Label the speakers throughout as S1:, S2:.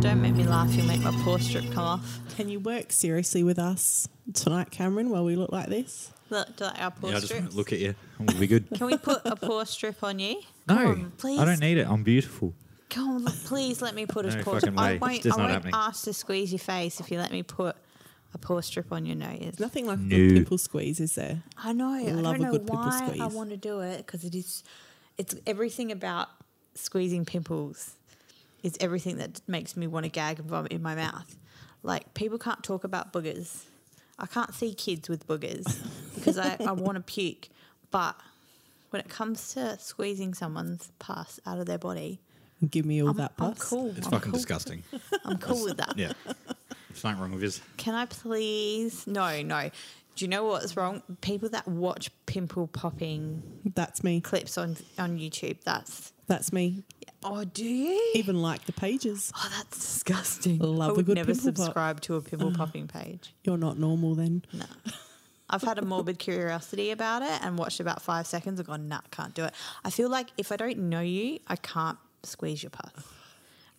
S1: laugh, you'll make my paw strip come off.
S2: Can you work seriously with us tonight, Cameron, while we look like this?
S1: Look, do like our paw
S3: Yeah, I just
S1: strips.
S3: won't look at you. and We'll be good.
S1: Can we put a paw strip on you?
S3: no,
S1: Come on, please.
S3: I don't need it. I'm beautiful.
S1: Come on, look, please let me put a
S3: No
S1: paw
S3: fucking
S1: strip. I
S3: way.
S1: won't,
S3: It's
S1: I
S3: not
S1: won't
S3: happening.
S1: ask to squeeze your face if you let me put a paw strip on your nose.
S2: Nothing like a
S3: No.
S2: good pimple squeeze, is there?
S1: I know. I
S2: love
S1: don't
S2: a
S1: know
S2: good pimple
S1: why I
S2: squeeze.
S1: want to do it because it is. It's everything about squeezing pimples. Is everything that makes me want to gag and vomit in my mouth. Like people can't talk about boogers. I can't see kids with boogers because I, I want to puke. But when it comes to squeezing someone's pus out of their body,
S2: Give me all
S1: I'm,
S2: that
S1: I'm
S2: bus.
S1: cool.
S3: It's
S1: I'm
S3: fucking
S1: cool.
S3: disgusting.
S1: I'm cool with that.
S3: Yeah. There's nothing wrong with this.
S1: Can I please? No, no. Do you know what's wrong? People that watch pimple popping
S2: That's me.
S1: clips on on YouTube. That's
S2: That's me.
S1: oh, do you?
S2: Even like the pages.
S1: Oh, that's disgusting.
S2: Love
S1: I
S2: a
S1: would
S2: good
S1: never
S2: pimple pop.
S1: subscribe to a pimple popping page.
S2: You're not normal then.
S1: No. I've had a morbid curiosity about it and watched about five seconds and gone, nah, can't do it. I feel like if I don't know you, I can't squeeze your pus.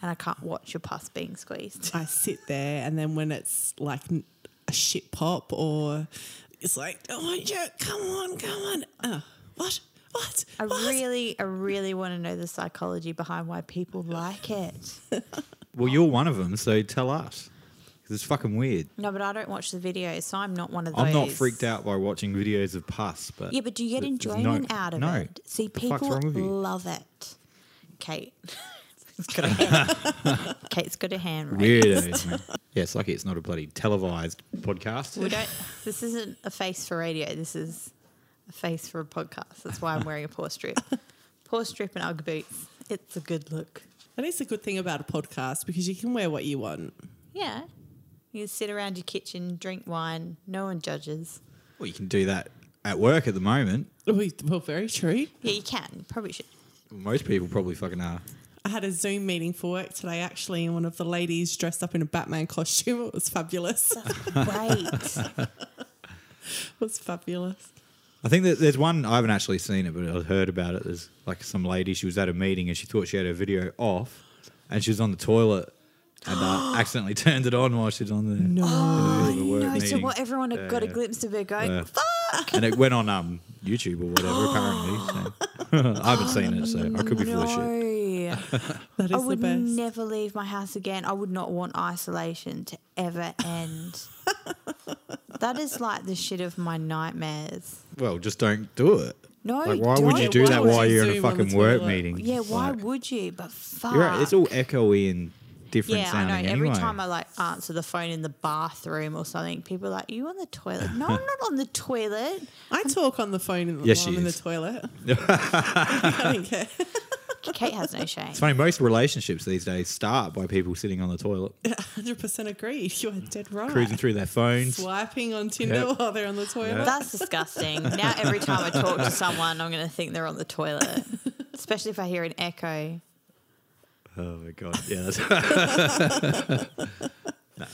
S1: And I can't watch your pus being squeezed.
S2: I sit there, and then when it's like n- a shit pop, or it's like, oh, yeah, come on, come on. Uh, what? What?
S1: I
S2: what?
S1: really, I really want to know the psychology behind why people like it.
S3: Well, you're one of them, so tell us. 'Cause it's fucking weird.
S1: No, but I don't watch the videos, so I'm not one of those.
S3: I'm not freaked out by watching videos of pus, but
S1: Yeah, but do you get
S3: there's
S1: enjoyment
S3: no,
S1: out of
S3: no.
S1: it? See,
S3: The fuck's
S1: people
S3: wrong with you?
S1: love it. Kate. It's got a hand- Kate's got a hand raised.
S3: Weirdos, man. Yeah, it's lucky it's not a bloody televised podcast.
S1: We don't. This isn't a face for radio. This is a face for a podcast. That's why I'm wearing a paw strip. paw strip and UGG boots. It's a good look.
S2: That is a good thing about a podcast because you can wear what you want.
S1: Yeah. You sit around your kitchen, drink wine. No one judges.
S3: Well, you can do that at work at the moment.
S2: We- Well, very true.
S1: Yeah, you can. You probably should.
S3: Most people probably fucking are.
S2: I had a Zoom meeting for work today, actually, and one of the ladies dressed up in a Batman costume. It was fabulous. it
S1: Wait.
S2: was fabulous.
S3: I think that there's one I haven't actually seen it, but I've heard about it. There's like some lady she was at a meeting and she thought she had her video off, and she was on the toilet and uh, accidentally turned it on while she's on the no.
S1: no, so what? Everyone had got a
S3: Yeah.
S1: glimpse of her going.
S3: Yeah.
S1: Fuck.
S3: and it went on um, YouTube or whatever. apparently, so. I haven't seen it, so I could be full of shit.
S1: No.
S2: That
S1: I
S2: is the
S1: would
S2: best.
S1: never leave my house again. I would not want isolation to ever end. that is like the shit of my nightmares.
S3: Well, just don't do it.
S1: No,
S3: like why would you
S1: don't.
S3: do
S2: Why
S3: that
S2: would
S3: while
S2: you
S3: you're in a
S2: zoom on the
S3: fucking work
S2: toilet?
S3: meeting?
S1: Yeah, why
S3: Like,
S1: would you? But fuck.
S3: you're right, it's all echoey and different
S1: yeah, I know.
S3: sounding.
S1: Every
S3: anyway.
S1: time I like answer the phone in the bathroom or something, people are like, "You on the toilet?" No, I'm not on the toilet.
S2: I talk on the phone in the,
S3: Yes,
S2: while I'm
S3: she
S2: in the
S3: is.
S2: toilet. I don't care.
S1: Kate has no shame.
S3: It's funny, most relationships these days start by people sitting on the toilet,
S2: 100% agree. You're dead right.
S3: cruising through their phones.
S2: Swiping on Tinder
S3: Yep.
S2: while they're on the toilet.
S1: That's disgusting. Now every time I talk to someone, I'm going to think they're on the toilet, especially if I hear an echo.
S3: Oh my god, yeah. That's No.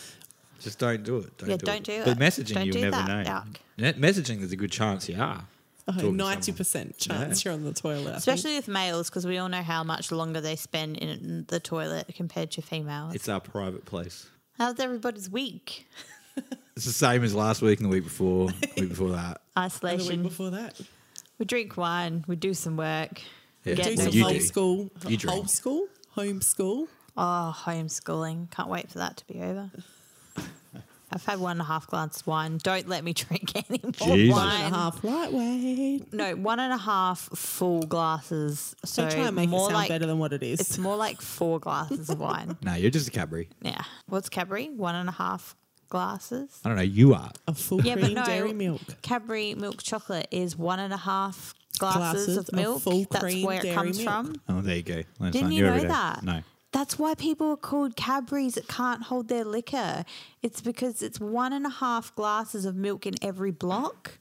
S3: Just don't do it. Don't
S1: Yeah,
S3: do
S1: don't
S3: it.
S1: do
S3: But
S1: it.
S3: messaging,
S1: Don't
S3: you'll
S1: do
S3: never
S1: that,
S3: know.
S1: yuck.
S3: Net messaging, there's a good chance you are.
S2: Oh,
S3: talking to
S2: 90% chance you're on the toilet. I think.
S1: Especially with males, because we all know how much longer they spend in the toilet compared to females.
S3: It's our private place.
S1: How's everybody's week?
S3: It's the same as last week and the week before, week before that.
S2: the week
S1: Isolation.
S2: before that.
S1: We drink wine. We do some work. we
S3: Yeah,
S2: Do
S1: get
S3: well,
S2: some
S1: no
S3: you
S1: sleep.
S2: home
S3: do.
S2: school.
S3: You drink.
S2: Home school? Home school?
S1: Oh, homeschooling. Can't wait for that to be over. I've had one and a half glass wine. Don't let me drink any more
S3: Jesus.
S2: One and a
S1: wine.
S2: half lightweight.
S1: No, one and a half full glasses. So
S2: Don't try and make it
S1: more
S2: sound
S1: like,
S2: better than what it is.
S1: It's more like four glasses of wine.
S3: No, you're just a Cadbury.
S1: Yeah. What's Cadbury? One and a half glasses.
S3: I don't know, you are.
S2: a full
S1: Yeah, but
S2: cream
S1: no.
S2: dairy milk.
S1: Cadbury milk chocolate is one and a half glasses,
S2: Glasses
S1: of
S2: of
S1: milk.
S2: full
S1: That's
S2: cream
S1: where it
S2: dairy
S1: comes
S2: milk.
S1: from.
S3: Oh, there you go. Learn
S1: Didn't
S3: something
S1: you
S3: new
S1: know
S3: every day.
S1: that?
S3: No.
S1: That's why people are called Cadbury's that can't hold their liquor. It's because it's one and a half glasses of milk in every block.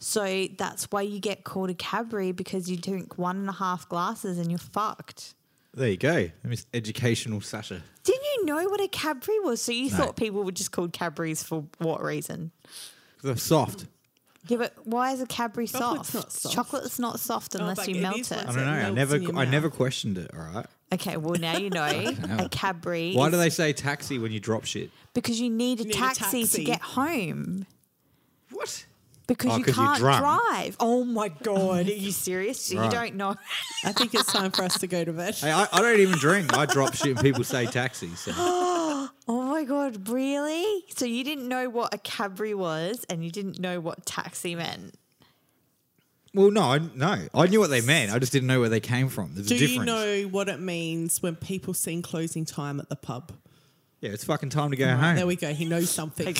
S1: So that's why you get called a Cadbury because you drink one and a half glasses and you're fucked.
S3: There you go. Miss Educational Sasha.
S1: Didn't you know what a Cadbury was? So you thought people were just called Cadbury's for what reason?
S3: They're soft.
S1: Yeah, but why is a Cadbury
S2: Chocolate's
S1: soft?
S2: not soft.
S1: Chocolate's not soft unless
S2: but
S1: you
S2: it
S1: melt
S2: is
S1: it.
S2: like
S3: I don't know. I
S2: melts
S3: never,
S2: in your
S3: I never
S2: mouth.
S3: questioned it. All right.
S1: Okay, well now you know a Cadbury.
S3: Why
S1: is-
S3: do they say taxi when you drop shit?
S1: Because you need a,
S2: need a
S1: taxi,
S2: taxi.
S1: to get home.
S3: What?
S1: Because
S3: Oh,
S1: you
S3: 'cause you're
S1: can't
S3: drunk.
S1: drive. Oh my god, are you serious? You
S3: Right.
S1: don't know.
S2: I think it's time for us to go to bed.
S3: Hey, I, I don't even drink. I drop shit and people say taxi. So
S1: Oh my god, really? So you didn't know what a Cadbury was, and you didn't know what taxi meant.
S3: well, no, I, no, I knew what they meant. I just didn't know where they came from. There's
S2: Do
S3: a difference.
S2: you know what it means when people sing closing time at the pub?
S3: Yeah, it's fucking time to go home.
S2: There we go. He knows something.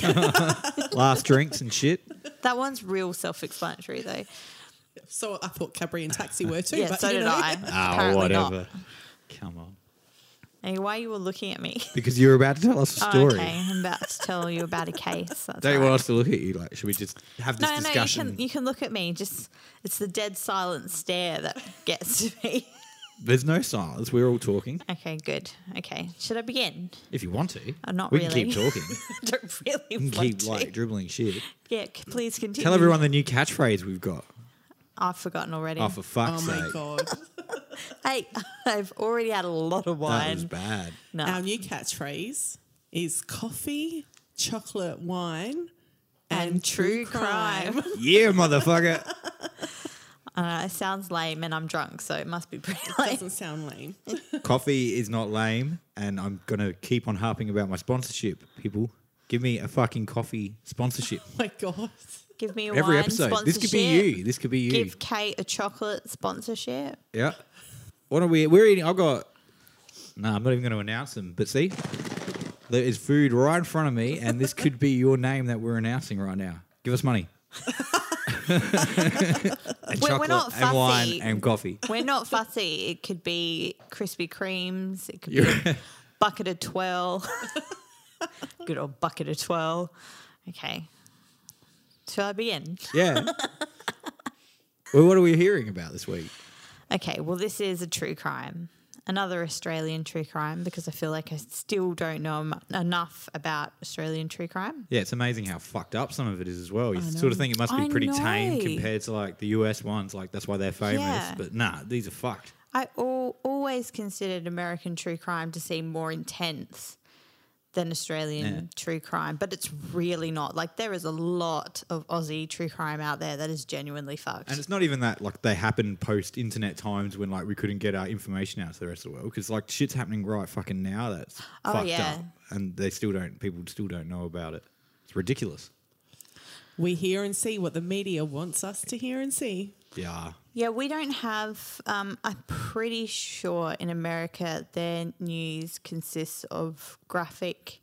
S3: Last drinks and shit.
S1: That one's real self-explanatory, though.
S2: so I thought Cadbury and taxi were too.
S1: Yeah,
S2: but
S1: so
S2: you
S1: did
S2: know.
S1: I.
S3: Ah,
S1: Apparently not.
S3: whatever. Come on.
S1: Hey, why you were looking at me?
S3: Because you were about to tell us a
S1: Oh,
S3: story.
S1: okay, I'm about to tell you about a case. That's
S3: Don't you
S1: all
S3: want
S1: right.
S3: us to look at you like? Should we just have
S1: No,
S3: this
S1: no, you
S3: discussion?
S1: can you can look at me. Just it's the dead silent stare that gets to me.
S3: There's no silence. We're all talking.
S1: Okay, good. Okay, should I begin?
S3: If you want to,
S1: I'm not
S3: we
S1: really.
S3: can keep talking.
S1: I don't really
S3: We
S1: want
S3: can keep
S1: to.
S3: like dribbling shit.
S1: yeah, c- please continue.
S3: Tell everyone the new catchphrase we've got.
S1: I've forgotten already.
S3: Oh, for
S2: Oh
S3: fuck's
S2: my
S3: sake!
S2: god!
S1: hey, I've already had a lot of
S3: That was
S1: wine.
S3: bad.
S1: No,
S2: Our new catchphrase is coffee, chocolate, wine,
S1: and, true crime.
S3: Yeah, motherfucker.
S1: Uh, it sounds lame, and I'm drunk, so it must be pretty lame.
S2: Doesn't sound lame. Oh
S3: Coffee is not lame, and I'm gonna keep on harping about my sponsorship. People, give me a fucking coffee sponsorship.
S2: my god!
S1: Give me a
S3: Every
S1: wine
S3: episode.
S1: sponsorship.
S3: This could be you. This could be you.
S1: Give Kate a chocolate sponsorship.
S3: Yeah. What are we? We're eating. I've got. No, I'm not even going to announce them. But see, there is food right in front of me, and this could be your name that we're announcing right now. Give us money. and
S1: We're-
S3: chocolate
S1: we're not
S3: and wine
S1: fussy.
S3: and coffee.
S1: We're not fussy. It could be Krispy Kremes. It could be
S3: You're-
S1: bucket of twirl. Good old bucket of twirl. Okay. Shall I begin?
S3: yeah. Well, what are we hearing about this week?
S1: Okay, well, this is a true crime. Another Australian true crime because I feel like I still don't know em- enough about Australian true crime.
S3: Yeah, it's amazing how fucked up some of it is as well. You sort of think it must be
S1: I
S3: pretty tame
S1: know.
S3: compared to like the US ones, like that's why they're famous.
S1: Yeah.
S3: But nah, these are fucked.
S1: I al- always considered American true crime to seem more intense than Australian
S3: Yeah.
S1: true crime, but it's really not. Like, there is a lot of Aussie true crime out there that is genuinely fucked.
S3: And it's not even that like they happen post internet times when like we couldn't get our information out to the rest of the world because like shit's happening right fucking now that's
S1: Oh,
S3: fucked
S1: yeah.
S3: up and they still don't people still don't know about it. It's ridiculous.
S2: We hear and see what the media wants us to hear and see.
S3: Yeah.
S1: Yeah, we don't have. Um, I'm pretty sure in America their news consists of graphic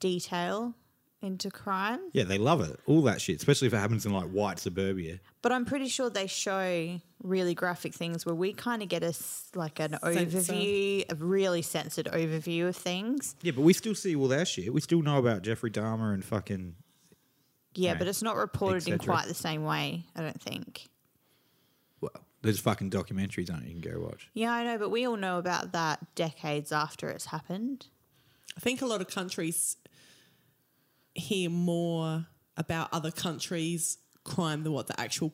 S1: detail into crime,
S3: Yeah, they love it. All that shit, especially if it happens in like white suburbia.
S1: but I'm pretty sure they show really graphic things where we kind of get a s- like an
S2: Censor.
S1: overview, a really censored overview of things.
S3: Yeah, but we still see all that shit. We still know about Jeffrey Dahmer and fucking
S1: Yeah,
S3: Right.
S1: but it's not reported in
S3: Et cetera.
S1: quite the same way. I don't think.
S3: well, there's fucking documentaries on it you can go watch.
S1: Yeah, I know, but we all know about that decades after it's happened.
S2: I think a lot of countries hear more about other countries' crime than what the actual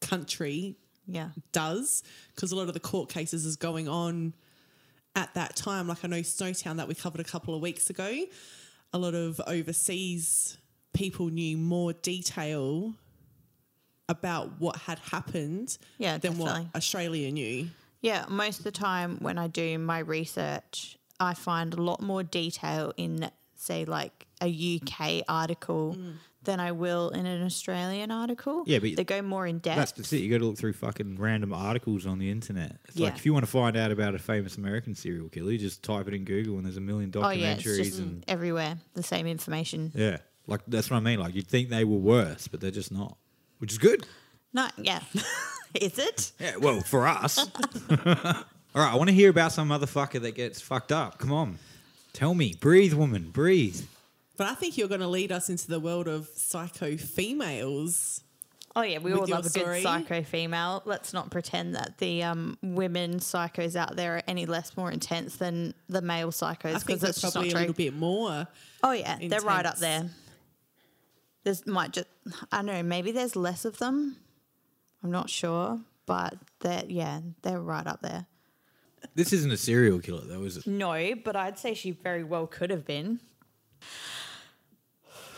S2: country
S1: Yeah.
S2: does because a lot of the court cases is going on at that time. Like I know Snowtown that we covered a couple of weeks ago, a lot of overseas people knew more detail about what had happened
S1: Yeah,
S2: than
S1: definitely.
S2: what Australia knew.
S1: Yeah, most of the time when I do my research, I find a lot more detail in, say, like a UK article than I will in an Australian article.
S3: Mm. Yeah, but
S1: they go more in
S3: That's
S1: depth.
S3: just it. You got to look through fucking random articles on the internet. It's
S1: Yeah.
S3: Like if you want to find out about a famous American serial killer, you just type it in Google and there's a million documentaries
S1: oh yeah, it's just
S3: and
S1: everywhere the same information.
S3: yeah, like that's what I mean. Like you'd think they were worse, but they're just not, which is good.
S1: No, yeah, is it?
S3: Yeah, well, for us. All right, I want to hear about some motherfucker that gets fucked up. Come on, tell me, breathe, woman, breathe.
S2: But I think you're going to lead us into the world of psycho females.
S1: Oh yeah, we
S2: With
S1: all
S2: your
S1: love a
S2: story?
S1: good psycho female. Let's not pretend that the um, women psychos out there are any less more intense than the male
S2: I
S1: psychos
S2: think
S1: because
S2: they're
S1: that's just not
S2: probably a
S1: true.
S2: little bit more.
S1: Oh yeah, they're right up
S2: intense.
S1: there. There's might just I don't know. Maybe there's less of them. I'm not sure, but they're yeah, they're right up there.
S3: This isn't a serial killer, though, is it?
S1: No, but I'd say she very well could have been.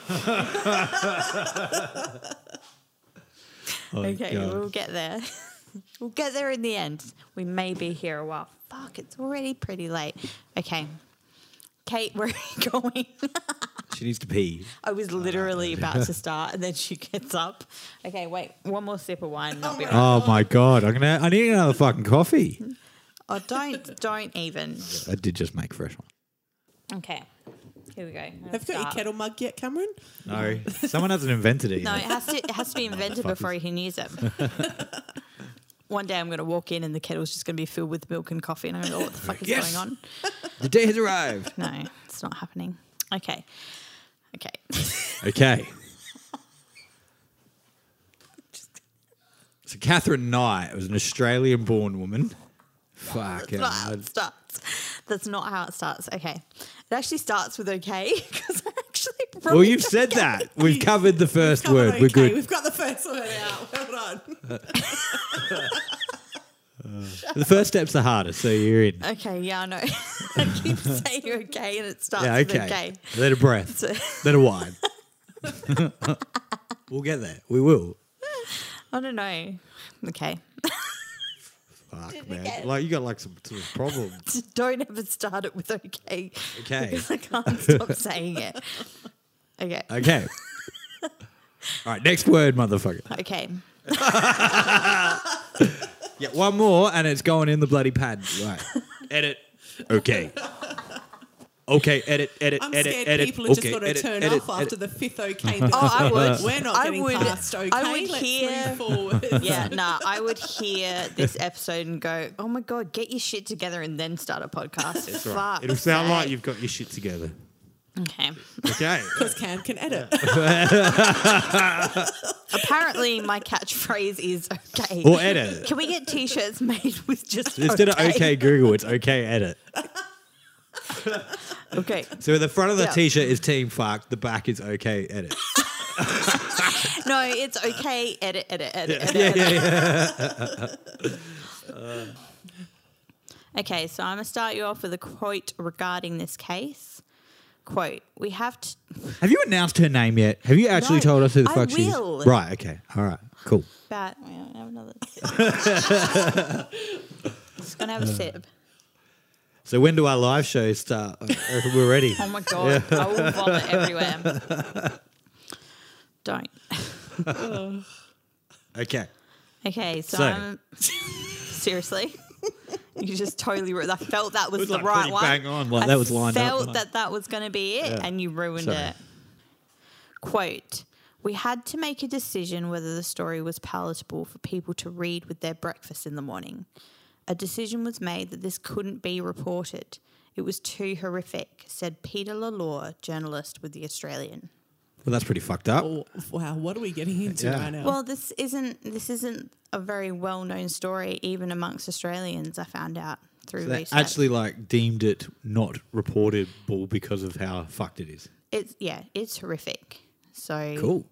S3: Oh,
S1: Okay,
S3: God.
S1: we'll get there. we'll get there in the end. We may be here a while. Fuck, it's already pretty late. Okay. Kate, where are you going?
S3: She needs to pee.
S1: I was literally about to start and then she gets up. Okay, wait, one more sip of wine and I'll be right.
S3: Oh my god! I'm gonna. I need another fucking coffee.
S1: Oh, don't don't even.
S3: I did just make fresh one.
S1: Okay. Here we go. I'm gonna
S2: Have you got your
S1: start.
S2: kettle mug yet, Cameron?
S3: No, someone hasn't invented it.
S1: No, it
S3: Yet.
S1: has to it has to be invented before he can use it. One day I'm going to walk in and the kettle's just going to be filled with milk and coffee, and I'm going to go, "What the fuck is
S3: Yes.
S1: going on?"
S3: The day has arrived.
S1: No, it's not happening. Okay. Okay.
S3: Okay. So Catherine Knight was an Australian-born woman. Fuck.
S1: That's not how it starts. That's not how it starts. Okay. It actually starts with okay because I actually wrote
S3: Well, you've
S1: it
S3: said that. We've covered the first
S2: Come on,
S3: word. We're
S2: okay,
S3: good.
S2: We've got the first word out. Well done.
S3: The first step's the hardest, so you're in.
S1: down. Okay, yeah, I know. I keep saying okay and it starts
S3: Yeah,
S1: with
S3: okay.
S1: okay.
S3: Let a breath.
S1: So-
S3: Let a wine. we'll get there. We will.
S1: I don't know. Okay.
S3: Fuck,
S1: we
S3: man.
S1: get-
S3: Like, you got like some sort of problem.
S1: Just don't ever start it with okay.
S3: Okay.
S1: Because I can't stop saying it. Okay.
S3: Okay. All right, next word, motherfucker.
S1: Okay.
S3: Yeah, one more, and it's going in the bloody pad. Right. edit. Okay. Okay, edit, edit,
S2: I'm
S3: edit,
S2: scared
S3: edit.
S2: people are
S3: okay,
S2: just going to
S3: edit,
S2: turn
S3: edit,
S2: off after
S3: edit.
S2: the fifth okay. oh,
S1: I would.
S2: We're not
S1: I
S2: getting
S1: would-
S2: past okay.
S1: I would
S2: Let's
S1: hear-
S2: move forward.
S1: Yeah, nah, I would hear this episode and go, oh my God, get your shit together and then start a podcast. Fuck
S3: It'll sound
S1: sake.
S3: like you've got your shit together.
S1: Okay.
S3: Okay.
S2: Because Cam can edit.
S1: Apparently, my catchphrase is okay.
S3: or edit.
S1: Can we get T-shirts made with just
S3: Instead of okay Google, it's okay edit.
S1: Okay.
S3: So the front of the
S1: Yeah.
S3: t-shirt is team fuck, the back is okay edit.
S1: No, it's okay. Edit, edit, edit, edit.
S3: yeah, yeah, yeah.
S1: Okay, so I'm gonna start you off with a quote regarding this case. Quote: We have to.
S3: Have you announced her name yet? Have you actually
S1: No,
S3: told us who the
S1: I
S3: fuck she is?
S1: will.
S3: Right, okay. All right. Cool.
S1: Bat. Wait, I have another. Just gonna have a sip.
S3: So when do our live shows start? We're ready.
S1: Oh my god, I will vomit everywhere. Don't.
S3: Okay.
S1: Okay, so,
S3: So-
S1: I'm seriously. You just totally ruined. I felt that was,
S3: was,
S1: the
S3: like,
S1: right
S3: pretty
S1: one.
S3: bang on, like,
S1: I
S3: that was lined up,
S1: Felt
S3: like-
S1: that that was going to be it, and you ruined
S3: Sorry.
S1: it. Quote: We had to make a decision whether the story was palatable for people to read with their breakfast in the morning. A decision was made that this couldn't be reported. It was too horrific," said Peter Lalore, journalist with the Australian.
S3: Well, that's pretty fucked up.
S2: Oh, wow, what are we getting into
S3: Yeah.
S2: right now?
S1: Well, this isn't this isn't a very well known story even amongst Australians. I found out through
S3: They
S1: research.
S3: actually like deemed it not reportable because of how fucked it is.
S1: it's yeah, it's horrific. So
S3: Cool.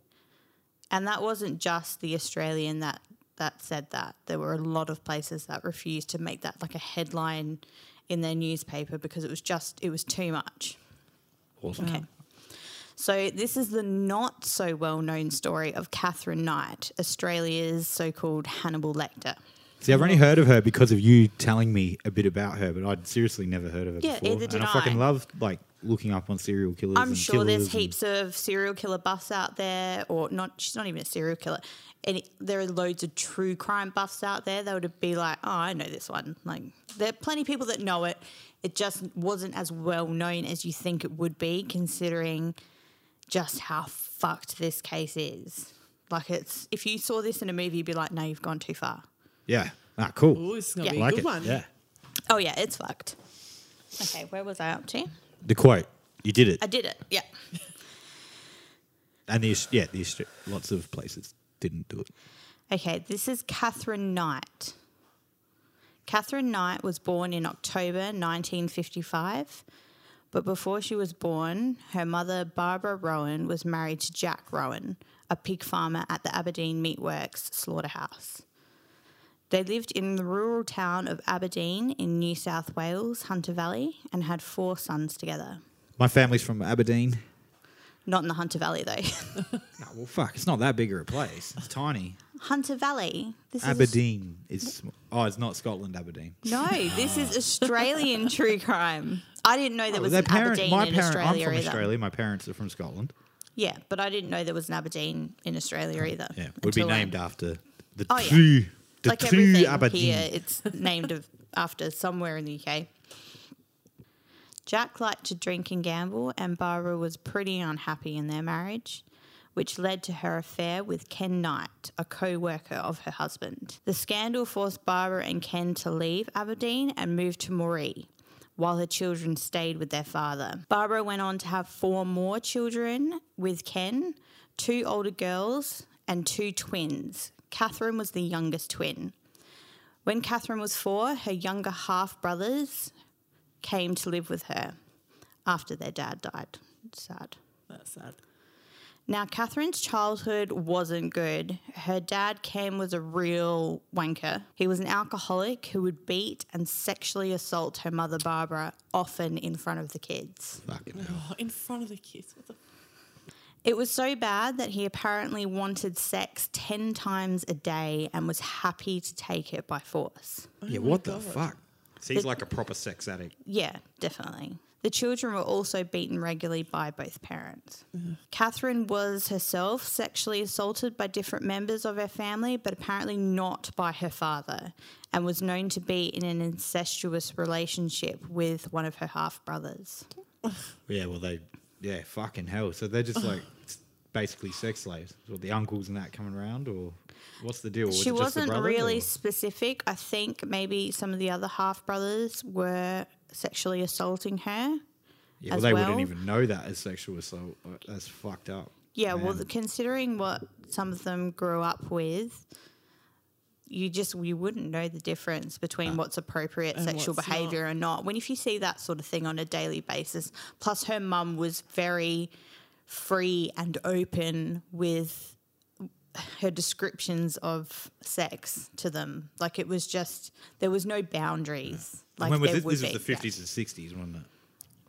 S1: and that wasn't just the Australian that that said that. There were a lot of places that refused to make that like a headline in their newspaper because it was just it was too much.
S3: Awesome.
S1: Okay. So this is the not so well known story of Catherine Knight, Australia's so called Hannibal Lecter.
S3: See, I've only heard of her because of you telling me a bit about her, but I'd seriously never heard of her
S1: Yeah,
S3: before.
S1: either
S3: and
S1: did
S3: I
S1: I.
S3: fucking love like looking up on serial killers.
S1: I'm
S3: and
S1: sure there's
S3: killers and-
S1: heaps of serial killer buffs out there, or not. She's not even a serial killer. And it- there are loads of true crime buffs out there. They would be like, "Oh, I know this one." Like, there are plenty of people that know it. It just wasn't as well known as you think it would be, considering just how fucked this case is. Like, it's if you saw this in a movie, you'd be like, "No, you've gone too far."
S3: Yeah. Ah, cool.
S2: Ooh, this is going to
S1: Yeah.
S2: be a
S3: like
S2: good
S3: it.
S2: one.
S3: Yeah.
S1: Oh yeah, it's fucked. Okay, where was I up to?
S3: The quote. You did it.
S1: I did it. Yeah.
S3: And the yeah, the Austra- lots of places didn't do it.
S1: Okay, this is Catherine Knight. Catherine Knight was born in October 1955. But before she was born, her mother, Barbara Rowan, was married to Jack Rowan, a pig farmer at the Aberdeen Meatworks slaughterhouse. They lived in the rural town of Aberdeen in New South Wales, Hunter Valley, and had four sons together.
S3: My family's from Aberdeen.
S1: Not in the Hunter Valley, though.
S3: No, well, fuck, it's not that big of a place. It's tiny.
S1: Hunter Valley. This
S3: Aberdeen is. sm- Oh, it's not Scotland, Aberdeen.
S1: Is, no, this is Australian true crime. I didn't know there was an Aberdeen
S3: my
S1: in
S3: Oh, parent,
S1: Australia
S3: I'm from
S1: either.
S3: Australia. My parents are from Scotland.
S1: Yeah, but I didn't know there was an Aberdeen in Australia either.
S3: Oh, Yeah, would be
S1: until I-
S3: named after the
S1: Oh, yeah.
S3: true, the
S1: like
S3: true
S1: everything
S3: Aberdeen.
S1: here, it's named of, after somewhere in the UK. Jack liked to drink and gamble, and Barbara was pretty unhappy in their marriage, which led to her affair with Ken Knight, a co worker of her husband. The scandal forced Barbara and Ken to leave Aberdeen and move to Moree, while her children stayed with their father. Barbara went on to have four more children with Ken, two older girls, and two twins. Catherine was the youngest twin. When Catherine was four, her younger half brothers came to live with her after their dad died. It's sad.
S2: That's sad.
S1: Now, Catherine's childhood wasn't good. Her dad, Ken, was a real wanker. He was an alcoholic who would beat and sexually assault her mother, Barbara, often in front of the kids.
S3: Fucking hell.
S2: Oh, in front of the kids. What the
S1: It was so bad that he apparently wanted sex 10 times a day and was happy to take it by force.
S3: yeah, what the fuck? So he's like a proper sex addict.
S1: Yeah, definitely. The children were also beaten regularly by both parents.
S3: Mm-hmm.
S1: Catherine was herself sexually assaulted by different members of her family, but apparently not by her father, and was known to be in an incestuous relationship with one of her half brothers.
S3: Yeah, well they, yeah, fucking hell. So they're just like s- basically sex slaves. Or the uncles and that coming around, or what's the deal? Was
S1: she
S3: it just the
S1: wasn't
S3: brother,
S1: really
S3: or-
S1: specific. I think maybe some of the other half brothers were sexually assaulting her.
S3: Yeah, well,
S1: as
S3: they wouldn't
S1: well.
S3: even know that as sexual assault. Uh, That's fucked up.
S1: Yeah, well,
S3: Man.
S1: the- considering what some of them grew up with, you just you wouldn't know the difference between what's appropriate sexual
S2: what's
S1: behavior and not. When if you see that sort of thing on a daily basis, plus her mum was very free and open with her descriptions of sex to them. Like it was just there was no boundaries. Like
S3: when was
S1: there
S3: this?
S1: would
S3: This was
S1: be.
S3: the
S1: Yeah.
S3: fifties and sixties, wasn't it?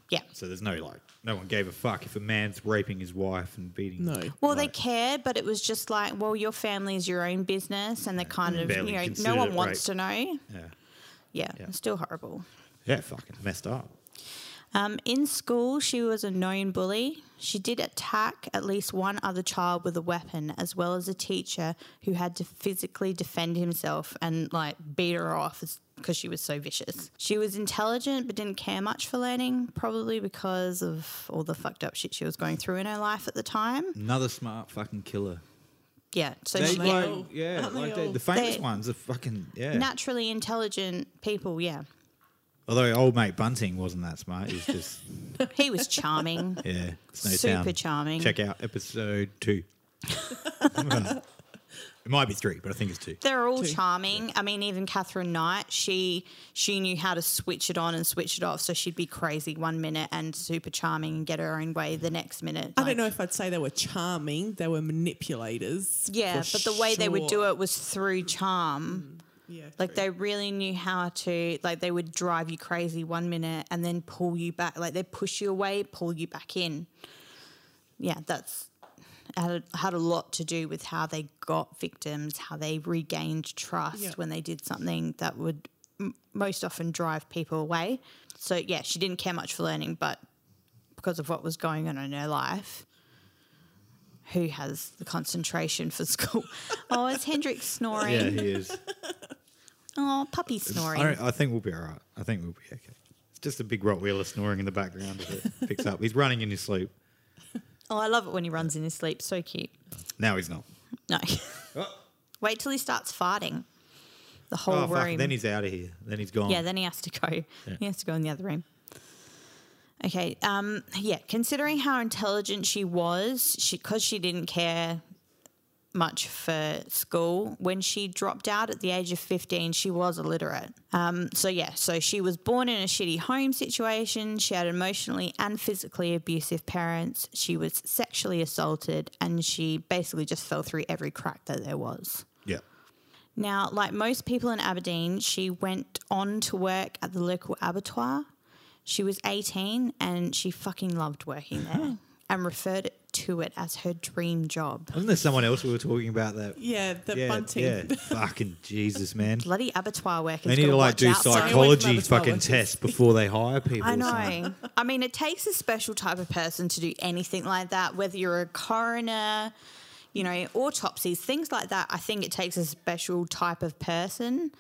S1: yeah.
S3: So there's no like, no one gave a fuck if a man's raping his wife and beating.
S2: No.
S1: Well, they cared, but it was just like, well, your family is your own business, and they kind of,
S3: Mm. Barely
S1: you know,
S3: considered
S1: no
S3: it
S1: one wants
S3: rape.
S1: to know.
S3: Yeah.
S1: Yeah, it's still horrible.
S3: Yeah, fucking messed up.
S1: Um, in school, she was a known bully. She did attack at least one other child with a weapon, as well as a teacher who had to physically defend himself and like beat her off because she was so vicious. She was intelligent but didn't care much for learning, probably because of all the fucked up shit she was going through in her life at the time.
S3: Another smart fucking killer.
S1: Yeah, so
S3: They
S1: she,
S2: like-
S1: yeah,
S2: all?
S3: yeah,
S2: Aren't they
S3: like they,
S2: all?
S3: the famous
S1: They-
S3: ones are fucking yeah.
S1: naturally intelligent people. Yeah,
S3: Although old mate Bunting wasn't that smart. He's just
S1: he was charming.
S3: yeah, Snowtown.
S1: Super charming.
S3: Check out episode two. it might be three, but I think it's two.
S1: They're all
S2: Two.
S1: charming. I mean, even Catherine Knight, she she knew how to switch it on and switch it off. So she'd be crazy one minute and super charming and get her own way the next minute.
S2: I don't know if I'd say they were charming. They were manipulators.
S1: Yeah,
S2: for
S1: but the way they would do
S2: sure.
S1: it was through charm.
S2: Yeah,
S1: Like
S2: true.
S1: they really knew how to. Like they would drive you crazy one minute and then pull you back. Like they push you away, pull you back in. Yeah, that's had a, had a lot to do with how they got victims, how they regained trust
S2: Yeah.
S1: when they did something that would m- most often drive people away. So yeah, she didn't care much for learning, but because of what was going on in her life. Who has the concentration for school? oh, is Hendrik snoring?
S3: Yeah, he is.
S1: Oh, puppy
S3: I,
S1: snoring.
S3: don't, I think we'll be all right. I think we'll be okay. It's just a big rottweiler snoring in the background as it picks up. He's running in his sleep.
S1: Oh, I love it when he runs in his sleep. So cute.
S3: Now he's not.
S1: No.
S3: Oh.
S1: Wait till he starts farting. The whole
S3: Oh, fuck.
S1: room.
S3: Then he's out of here. Then he's gone.
S1: yeah, then he has to go. He has to go in the other room. Okay. Um, yeah, considering how intelligent she was, she because she didn't care much for school. When she dropped out at the age of 15, she was illiterate. Um, so, yeah, so she was born in a shitty home situation. She had emotionally and physically abusive parents. She was sexually assaulted and she basically just fell through every crack that there was.
S3: Yeah.
S1: Now, like most people in Aberdeen, she went on to work at the local abattoir. She was 18 and she fucking loved working there and referred to it as her dream job.
S3: Wasn't there someone else we were talking about that?
S2: Yeah, the
S3: yeah,
S2: bunting.
S3: yeah. Fucking Jesus, man.
S1: Bloody abattoir workers.
S3: They need
S1: gotta
S3: to like
S1: watch
S3: do
S1: out for 'em.
S2: Stay away from
S3: psychology
S2: other twelve
S3: fucking
S2: workers.
S3: tests before they hire people.
S1: I
S3: or something.
S1: know. I mean, it takes a special type of person to do anything like that, whether you're a coroner, you know, autopsies, things like that. I think it takes a special type of person,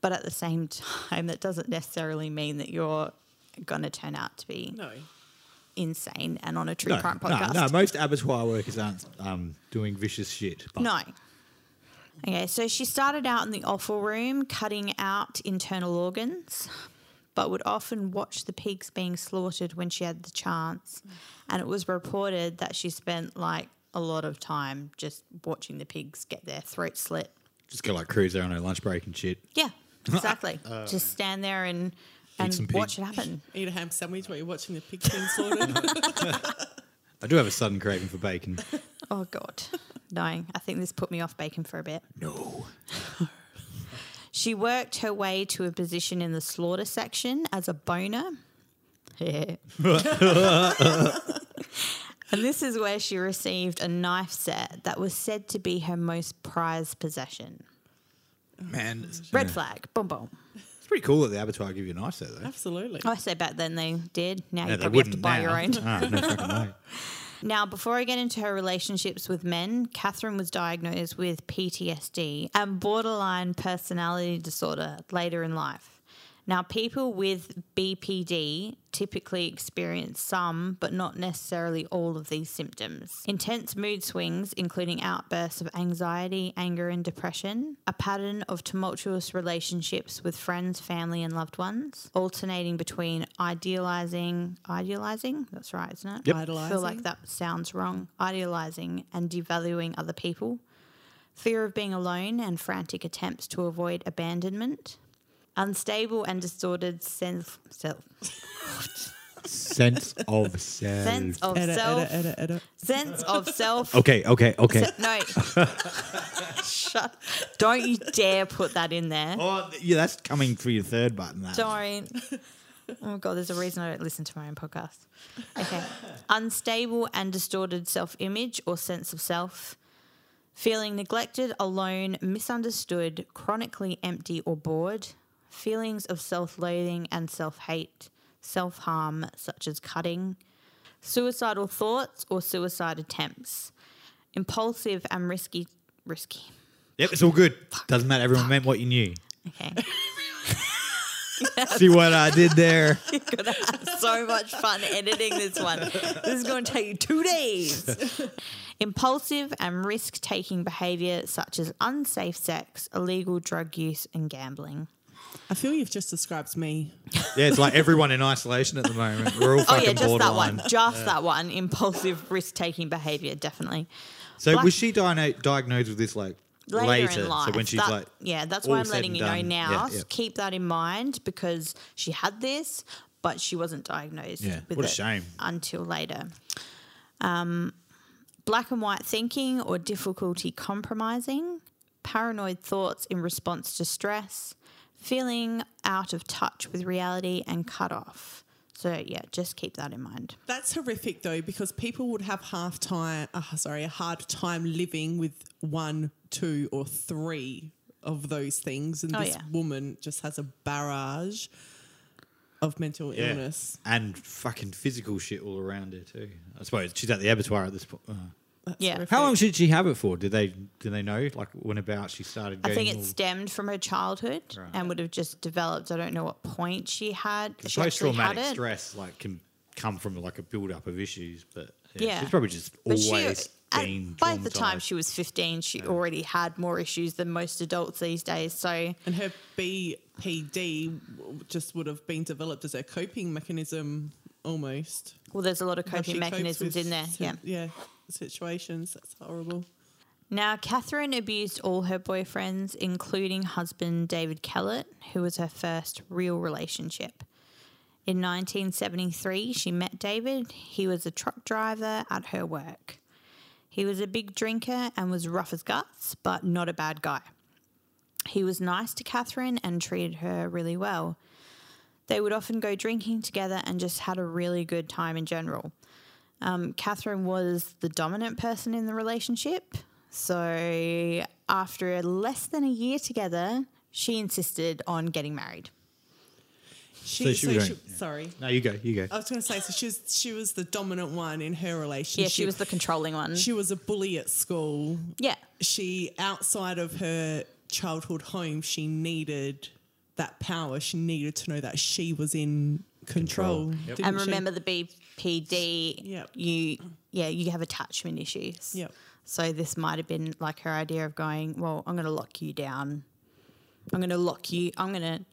S1: but at the same time, that doesn't necessarily mean that you're going to turn out to be
S2: No.
S1: insane and on a true
S3: No,
S1: crime
S3: no,
S1: podcast.
S3: no, most abattoir workers aren't um, doing vicious shit. But
S1: No. Okay, so she started out in the offal room cutting out internal organs, but would often watch the pigs being slaughtered when she had the chance. And it was reported that she spent like a lot of time just watching the pigs get their throats slit.
S3: just go like cruise there on her lunch break and shit.
S1: Yeah, exactly. just stand there and,
S3: some
S1: and
S3: pig.
S1: watch it happen.
S2: Eat a ham sandwich while you're watching the pig being slaughtered.
S3: I do have a sudden craving for bacon.
S1: Oh God, no! I think this put me off bacon for a bit.
S3: no.
S1: She worked her way to a position in the slaughter section as a boner. and this is where she received a knife set that was said to be her most prized possession.
S3: Man, it's,
S1: Red
S3: yeah.
S1: flag, boom, boom.
S3: it's pretty cool that the abattoir give you a knife set, though.
S2: Absolutely.
S1: Oh, I say back then they did. Now
S3: Yeah,
S1: you
S3: they
S1: probably have to
S3: wouldn't
S1: buy
S3: now.
S1: your own.
S3: Ah, no fucking way.
S1: Now, before I get into her relationships with men, Catherine was diagnosed with PTSD and borderline personality disorder later in life. Now, people with BPD typically experience some, but not necessarily all of these symptoms. Intense mood swings, including outbursts of anxiety, anger, and depression, a pattern of tumultuous relationships with friends, family, and loved ones, alternating between idealizing, idealizing, that's right, isn't it?
S3: Yep.
S1: I feel
S2: Idealising.
S1: like that sounds wrong. Idealizing and devaluing other people, fear of being alone, and frantic attempts to avoid abandonment, unstable and distorted sense, self,
S3: Sense of self.
S1: sense of
S2: Edit,
S1: self,
S2: edit, edit, edit.
S1: sense of self.
S3: Okay, okay, okay.
S1: se- no, shut! Don't you dare put that in there.
S3: Oh, th- yeah, that's coming through your third button. That.
S1: Don't. Oh god, there's a reason I don't listen to my own podcast. Okay. Unstable and distorted self-image or sense of self. Feeling neglected, alone, misunderstood, chronically empty or bored. Feelings of self-loathing and self-hate, self-harm such as cutting, suicidal thoughts or suicide attempts. Impulsive and risky risky.
S3: Yep, it's all good. Doesn't matter. Everyone meant what you knew.
S1: Okay.
S3: See what I did there?
S1: gonna have so much fun editing this one. This is gonna take you two days. Impulsive and risk taking behavior such as unsafe sex, illegal drug use, and gambling.
S2: I feel you've just described me.
S3: Yeah, it's like everyone in isolation at the moment. We're all
S1: Oh,
S3: fucking
S1: yeah, just that
S3: borderline.
S1: one. Just that one. Impulsive risk taking behaviano definitely.
S3: So
S1: Black-
S3: was she diagno- diagnosed with this like
S1: Later,
S3: later?
S1: in life.
S3: so when she's
S1: that-
S3: like,
S1: yeah, that's
S3: all
S1: why I'm
S3: said
S1: letting
S3: and
S1: you know
S3: done.
S1: now.
S3: Yeah,
S1: So
S3: yeah.
S1: Keep that in mind because she had this, but she wasn't diagnosed
S3: Yeah,
S1: with
S3: what a
S1: it
S3: shame.
S1: until later. Um, black and white thinking or difficulty compromising, paranoid thoughts in response to stress, feeling out of touch with reality and cut off. So yeah, just keep that in mind.
S2: That's horrific though, because people would have half time, uh, sorry, a hard time living with one, two, or three of those things, and
S1: Oh,
S2: this
S1: yeah.
S2: woman just has a barrage of mental
S3: yeah.
S2: illness.
S3: and fucking physical shit all around her too. I suppose she's at the abattoir at this point. Uh,
S1: yeah.
S2: horrific.
S3: how long should she have it for? Did they did they know like when about she started?
S1: I
S3: Getting
S1: think it stemmed from her childhood and would have just developed. I don't know what point she had. She
S3: post
S1: actually had
S3: traumatic
S1: it.
S3: stress like can come from like a build up of issues, but yeah,
S1: Yeah.
S3: she's probably just
S1: But she-
S3: always
S1: at-
S3: been.
S1: by the time
S3: traumatised.
S1: she was 15, she already had more issues than most adults these days. So,
S2: And her BPD w- just would have been developed as a coping mechanism almost.
S1: well, there's a lot of
S2: How she
S1: coping
S2: copes
S1: mechanisms
S2: with
S1: in there.
S2: si-
S1: Yeah.
S2: Yeah. Situations. That's horrible.
S1: Now, Catherine abused all her boyfriends, including husband David Kellett, who was her first real relationship. In 1973, she met David. He was a truck driver at her work. He was a big drinker and was rough as guts, but not a bad guy. He was nice to Catherine and treated her really well. They would often go drinking together and just had a really good time in general. Um, Catherine was the dominant person in the relationship. So after less than a year together, she insisted on getting married.
S2: She,
S3: So she was going-
S2: Sorry.
S3: No, you go. You
S2: I
S1: Oh.
S3: go.
S2: was going to say, so she was, she was the dominant one in her relationship.
S1: Yeah, she was the controlling one.
S2: She was a bully at school.
S1: yeah.
S2: She, outside of her childhood home, she needed that power. She needed to know that she was in control.
S3: Control. Yep.
S2: didn't
S1: And
S2: she?
S1: remember the BPD.
S2: Yep.
S1: You yeah, you have attachment issues.
S2: Yep.
S1: So this might have been like her idea of going, well, I'm going to lock you down. I'm going to lock you. I'm going to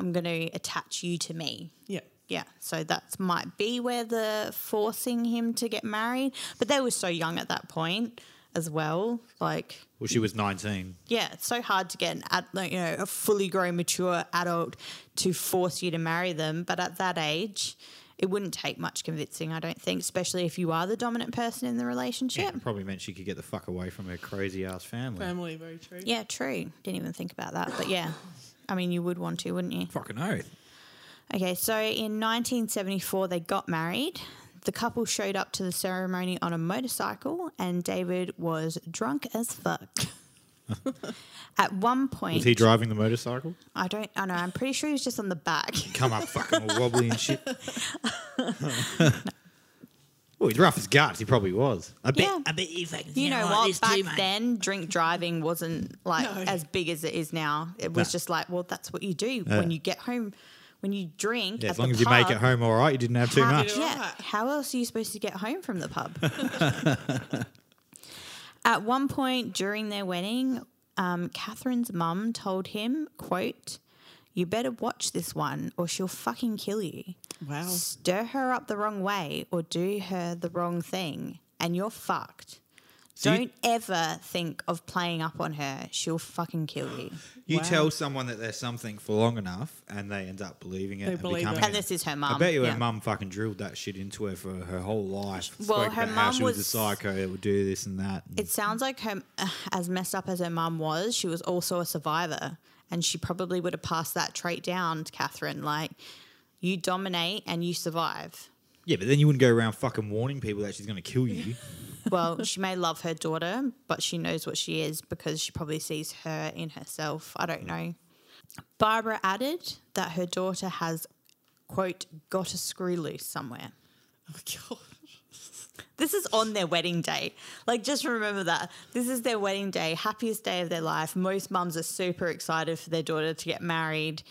S1: I'm going to attach you to me.
S2: Yeah.
S1: Yeah, so that might be where the forcing him to get married, but they were so young at that point as well. Like,
S3: Well, she was 19.
S1: yeah, it's so hard to get an ad, like, you know a fully grown, mature adult to force you to marry them. But at that age, it wouldn't take much convincing, I don't think, especially if you are the dominant person in the relationship.
S3: It probably meant she could get the fuck away from her crazy ass family.
S2: Family, very true.
S1: Yeah, true. Didn't even think about that, but yeah, I mean, you would want to, wouldn't you?
S3: Fucking oath.
S1: Okay, so in 1974, they got married. The couple showed up to the ceremony on a motorcycle, and David was drunk as fuck. At one point,
S3: Was he driving the motorcycle?
S1: I don't, I know, I'm pretty sure he was just on the back.
S3: Come up fucking all wobbly and shit. well, he's rough as guts. He probably was. I bet.
S1: Yeah.
S3: I bet he fucking.
S1: You know what?
S3: Back
S1: Back then, drink driving wasn't like as big as it is now. It was
S3: No.
S1: just like, well, that's what you do
S3: Yeah.
S1: when you get home, when you drink.
S3: yeah,
S1: at
S3: as long
S1: the
S3: as you make it
S1: pub.
S3: home all right, you didn't have too
S1: How-
S3: much.
S2: Yeah.
S1: Yeah. How else are you supposed to get home from the pub? At one point during their wedding, um, Catherine's mum told him, quote, you better watch this one or she'll fucking kill you.
S2: Wow. Oh,
S1: Stir her up the wrong way or do her the wrong thing and you're fucked.
S3: So you-
S1: Don't ever think of playing up on her. She'll fucking kill you.
S3: You
S2: Wow.
S3: tell someone that they're something for long enough, and they end up believing it
S2: They
S3: and
S2: believe it.
S3: becoming.
S1: And this is her mum.
S3: I bet you
S1: Um, yeah.
S3: her mum fucking drilled that shit into her for her whole life.
S1: Well,
S3: Spoke
S1: her
S3: about how
S1: mum
S3: she was, a
S1: was-
S3: psycho that would do this and that.
S1: It sounds like her, as messed up as her mum was, she was also a survivor, and she probably would have passed that trait down to Catherine. Like, you dominate and you survive.
S3: yeah, but then you wouldn't go around fucking warning people that she's going to kill you.
S1: Well, she may love her daughter, but she knows what she is because she probably sees her in herself. I don't know. Barbara added that her daughter has, quote, got a screw loose somewhere.
S2: Oh, God.
S1: This is on their wedding day. Like, just remember that. This is their wedding day, happiest day of their life. Most mums are super excited for their daughter to get married.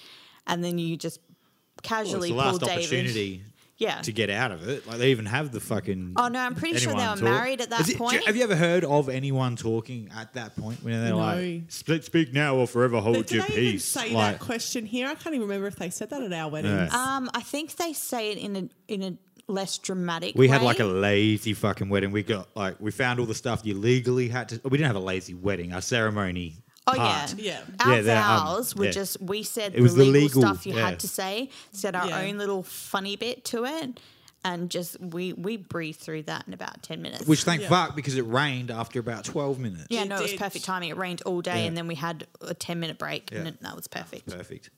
S1: And then you just
S3: Well, it's
S1: casually
S3: the last
S1: pull David.
S3: opportunity
S1: Yeah.
S3: to get out of it. Like they even have the fucking.
S1: Oh, no, I'm pretty sure they
S3: anyone
S1: were married at that
S3: Is it- do you-
S1: point.
S3: have you ever heard of anyone talking at that point when they're
S2: No.
S3: like, "Speak, speak now or forever hold
S2: But did
S3: your
S2: they even
S3: peace"?
S2: say that
S3: like,
S2: question here? I can't even remember if they said that at our weddings.
S3: Yeah.
S1: Um, I think they say it in a, in a less dramatic
S3: we had like
S1: way.
S3: a lazy fucking wedding. We got like we found all the stuff you legally had to. We didn't have a lazy wedding. Our ceremony.
S1: Oh
S3: part.
S2: Yeah.
S1: yeah, our
S3: Yeah, they're, um,
S1: vows were
S3: yeah.
S1: just we said
S3: was
S1: the
S3: the
S1: legal,
S3: legal,
S1: stuff you
S3: yeah.
S1: had to say, said our
S2: Yeah.
S1: own little funny bit to it, and just we we breezed through that in about ten minutes.
S3: Which thank
S2: Yeah.
S3: fuck because it rained after about twelve minutes.
S1: Yeah,
S2: It
S1: no, it
S2: did.
S1: was perfect timing. It rained all day,
S3: Yeah.
S1: and then we had a ten minute break, and
S3: Yeah.
S1: then that was perfect.
S3: Perfect.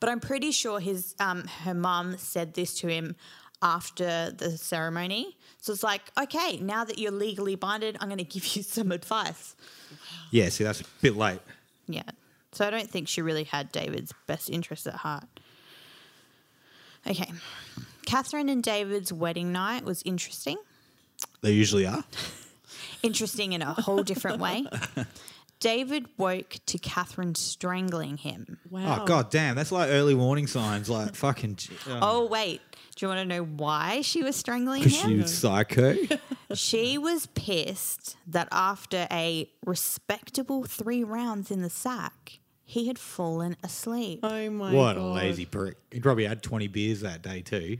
S1: But I'm pretty sure his um, her mum said this to him after the ceremony. So it's like, okay, now that you're legally binded, I'm going to give you some advice.
S3: Yeah. See, that's a bit late.
S1: Yeah. So I don't think she really had David's best interests at heart. Okay. Catherine and David's wedding night was interesting.
S3: They usually are.
S1: Interesting in a whole different way. David woke to Catherine strangling him.
S2: Wow.
S3: Oh god damn, that's like early warning signs. Like fucking. j- uh,
S1: Oh, wait. Do you want to know why she was strangling
S3: Because
S1: him?
S3: you psycho.
S1: She was pissed that after a respectable three rounds in the sack, he had fallen asleep.
S2: Oh, my God.
S3: what a lazy prick. He probably had 20 beers that day too.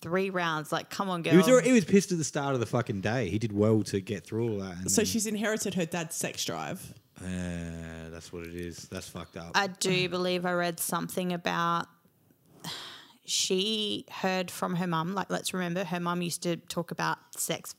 S1: three rounds. Like, come on, girl.
S3: He was, alre- he was pissed at the start of the fucking day. He did well to get through all that. And
S2: So
S3: then-
S2: she's inherited her dad's sex drive.
S3: Yeah, uh, that's what it is. That's fucked up.
S1: I do believe I read something about she heard from her mum. Like, let's remember, her mum used to talk about sex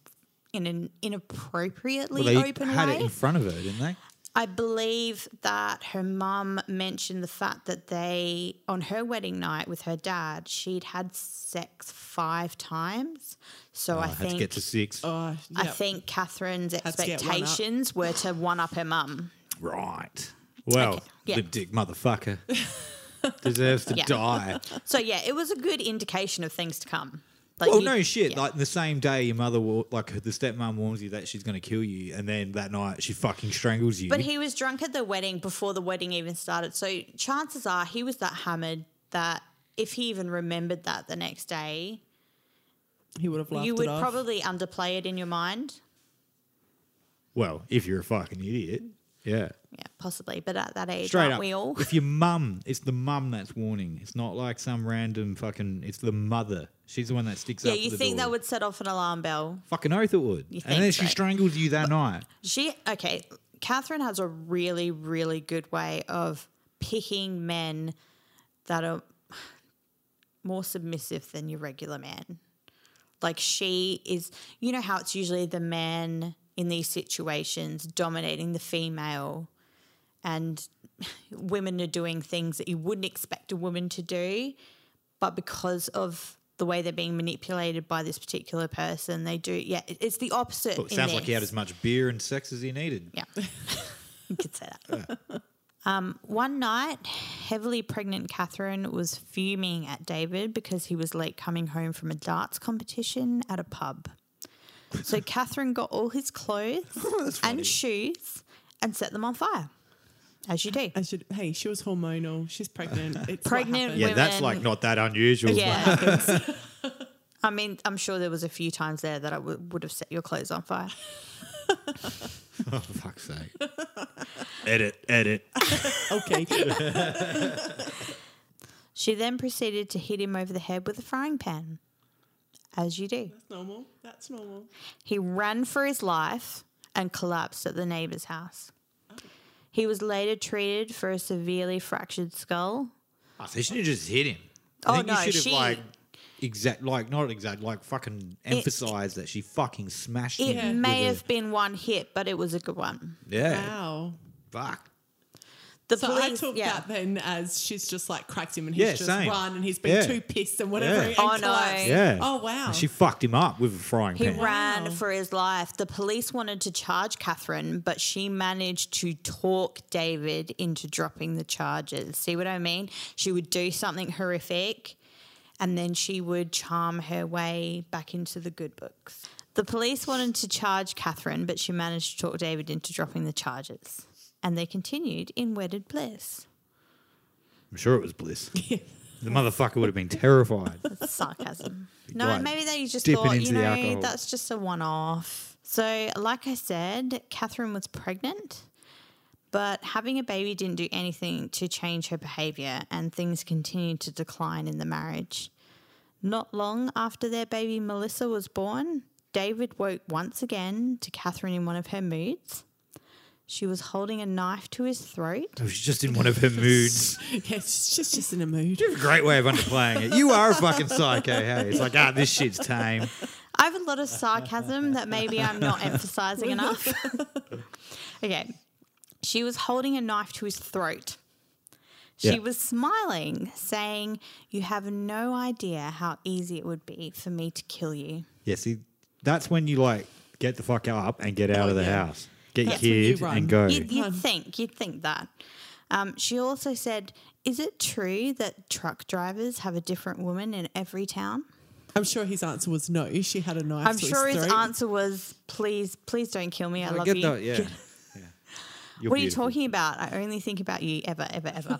S1: in an inappropriately
S3: Well, they
S1: open
S3: had
S1: way.
S3: it in front of her, didn't they?
S1: I believe that her mum mentioned the fact that they, on her wedding night with her dad, she'd had sex five times. So Oh, I
S3: I Oh, had
S1: think
S3: to get to six.
S2: Oh,
S1: I
S2: yep.
S1: think Catherine's
S2: to get one up.
S1: expectations were to one up her mum.
S3: Right. Well,
S1: yeah.
S3: the dick motherfucker deserves to
S1: Yeah.
S3: die.
S1: So yeah, it was a good indication of things to come. Like
S3: Well,
S1: you-
S3: Oh, no shit.
S1: yeah.
S3: Like the same day, your mother, wa- like the stepmom, warns you that she's going to kill you, and then that night she fucking strangles you.
S1: But he was drunk at the wedding before the wedding even started. So chances are he was that hammered that if he even remembered that the next day,
S2: he would have laughed
S1: you would
S2: it off.
S1: probably underplay it in your mind.
S3: well, if you're a fucking idiot, yeah.
S1: Yeah, possibly. But at that age,
S3: Straight
S1: aren't
S3: up.
S1: we all?
S3: If your mum, it's the mum that's warning. It's not like some random fucking. It's the mother. She's the one that sticks
S1: Yeah,
S3: up.
S1: you
S3: to the
S1: think
S3: door.
S1: that would set off an alarm bell.
S3: Fucking oath it would.
S1: You
S3: and
S1: think
S3: then she
S1: so.
S3: strangles you that night.
S1: She, okay, Catherine has a really, really good way of picking men that are more submissive than your regular man. Like she is, you know how it's usually the man in these situations dominating the female, and women are doing things that you wouldn't expect a woman to do, but because of the way they're being manipulated by this particular person, they do. Yeah, it- it's the opposite.
S3: Well, it
S1: in
S3: sounds like he had
S1: this.
S3: as much beer and sex as he needed.
S1: Yeah. you could say that. Um, one night, heavily pregnant Catherine was fuming at David because he was late coming home from a darts competition at a pub. So Catherine got all his clothes and shoes and set them on fire, as you do.
S2: I should. Hey, she was hormonal. She's pregnant. It's what
S1: Pregnant
S2: happened.
S3: Yeah, that's
S1: Women-
S3: like not that unusual.
S1: Yeah. I mean, I'm sure there was a few times there that I w- would have set your clothes on fire.
S3: oh, fuck's sake. edit, edit.
S2: Okay.
S1: She then proceeded to hit him over the head with a frying pan, as you do.
S2: That's normal. That's normal.
S1: He ran for his life and collapsed at the neighbour's house. He was later treated for a severely fractured skull.
S3: Oh, so she should have just hit him.
S1: Oh,
S3: I think
S1: no,
S3: you should have
S1: she-
S3: like exact like not exact, like fucking emphasized that she fucking smashed
S1: It
S3: him. with
S1: may
S3: a-
S1: have been one hit, but it was a good one.
S3: Yeah.
S2: Wow.
S3: Fuck.
S1: The
S2: So I
S1: police,
S2: took
S1: yeah.
S2: that then as she's just like cracked him and he's
S3: Yeah,
S2: just
S3: same.
S2: run and he's been
S3: Yeah.
S2: too pissed and whatever.
S3: Yeah.
S2: And
S1: Oh, no.
S2: collapsed.
S3: Yeah.
S2: Oh wow.
S3: And she fucked him up with a frying
S1: He
S3: pan.
S1: ran
S2: Wow.
S1: for his life. The police wanted to charge Catherine, but she managed to talk David into dropping the charges. See what I mean? She would do something horrific and then she would charm her way back into the good books. The police wanted to charge Catherine, but she managed to talk David into dropping the charges. And they continued in wedded bliss.
S3: I'm sure it was bliss. The motherfucker would have been terrified.
S1: sarcasm. No,
S3: Right.
S1: maybe they just
S3: Dipping
S1: thought,
S3: into
S1: you
S3: the
S1: know,
S3: alcohol.
S1: that's just a one off. So, like I said, Catherine was pregnant, but having a baby didn't do anything to change her behavior, and things continued to decline in the marriage. Not long after their baby Melissa was born, David woke once again to Catherine in one of her moods. She was holding a knife to his throat.
S3: She was just in one of her moods.
S2: yeah, she's just, just in a mood.
S3: You have a great way of underplaying it. You are a fucking psycho, hey? It's like, ah, this shit's tame.
S1: I have a lot of sarcasm that maybe I'm not emphasizing enough. okay. She was holding a knife to his throat. She
S3: Yeah.
S1: was smiling, saying, You have no idea how easy it would be for me to kill you.
S3: Yeah, see, that's when you like get the fuck up and get out of the
S2: yeah.
S3: house. Get
S2: That's when
S3: your
S2: you
S3: kid
S2: run.
S3: and go.
S1: You'd, you'd
S2: Hmm.
S1: think, you'd think that. Um, she also said, Is it true that truck drivers have a different woman in every town?
S2: I'm sure his answer was no. She had a knife.
S1: I'm
S2: to
S1: sure his
S2: throat.
S1: answer was, Please, please don't kill me. I
S3: I
S1: love
S3: get
S1: you.
S3: that, yeah. yeah. You're
S1: What are you
S3: beautiful.
S1: talking about? I only think about you ever, ever, ever.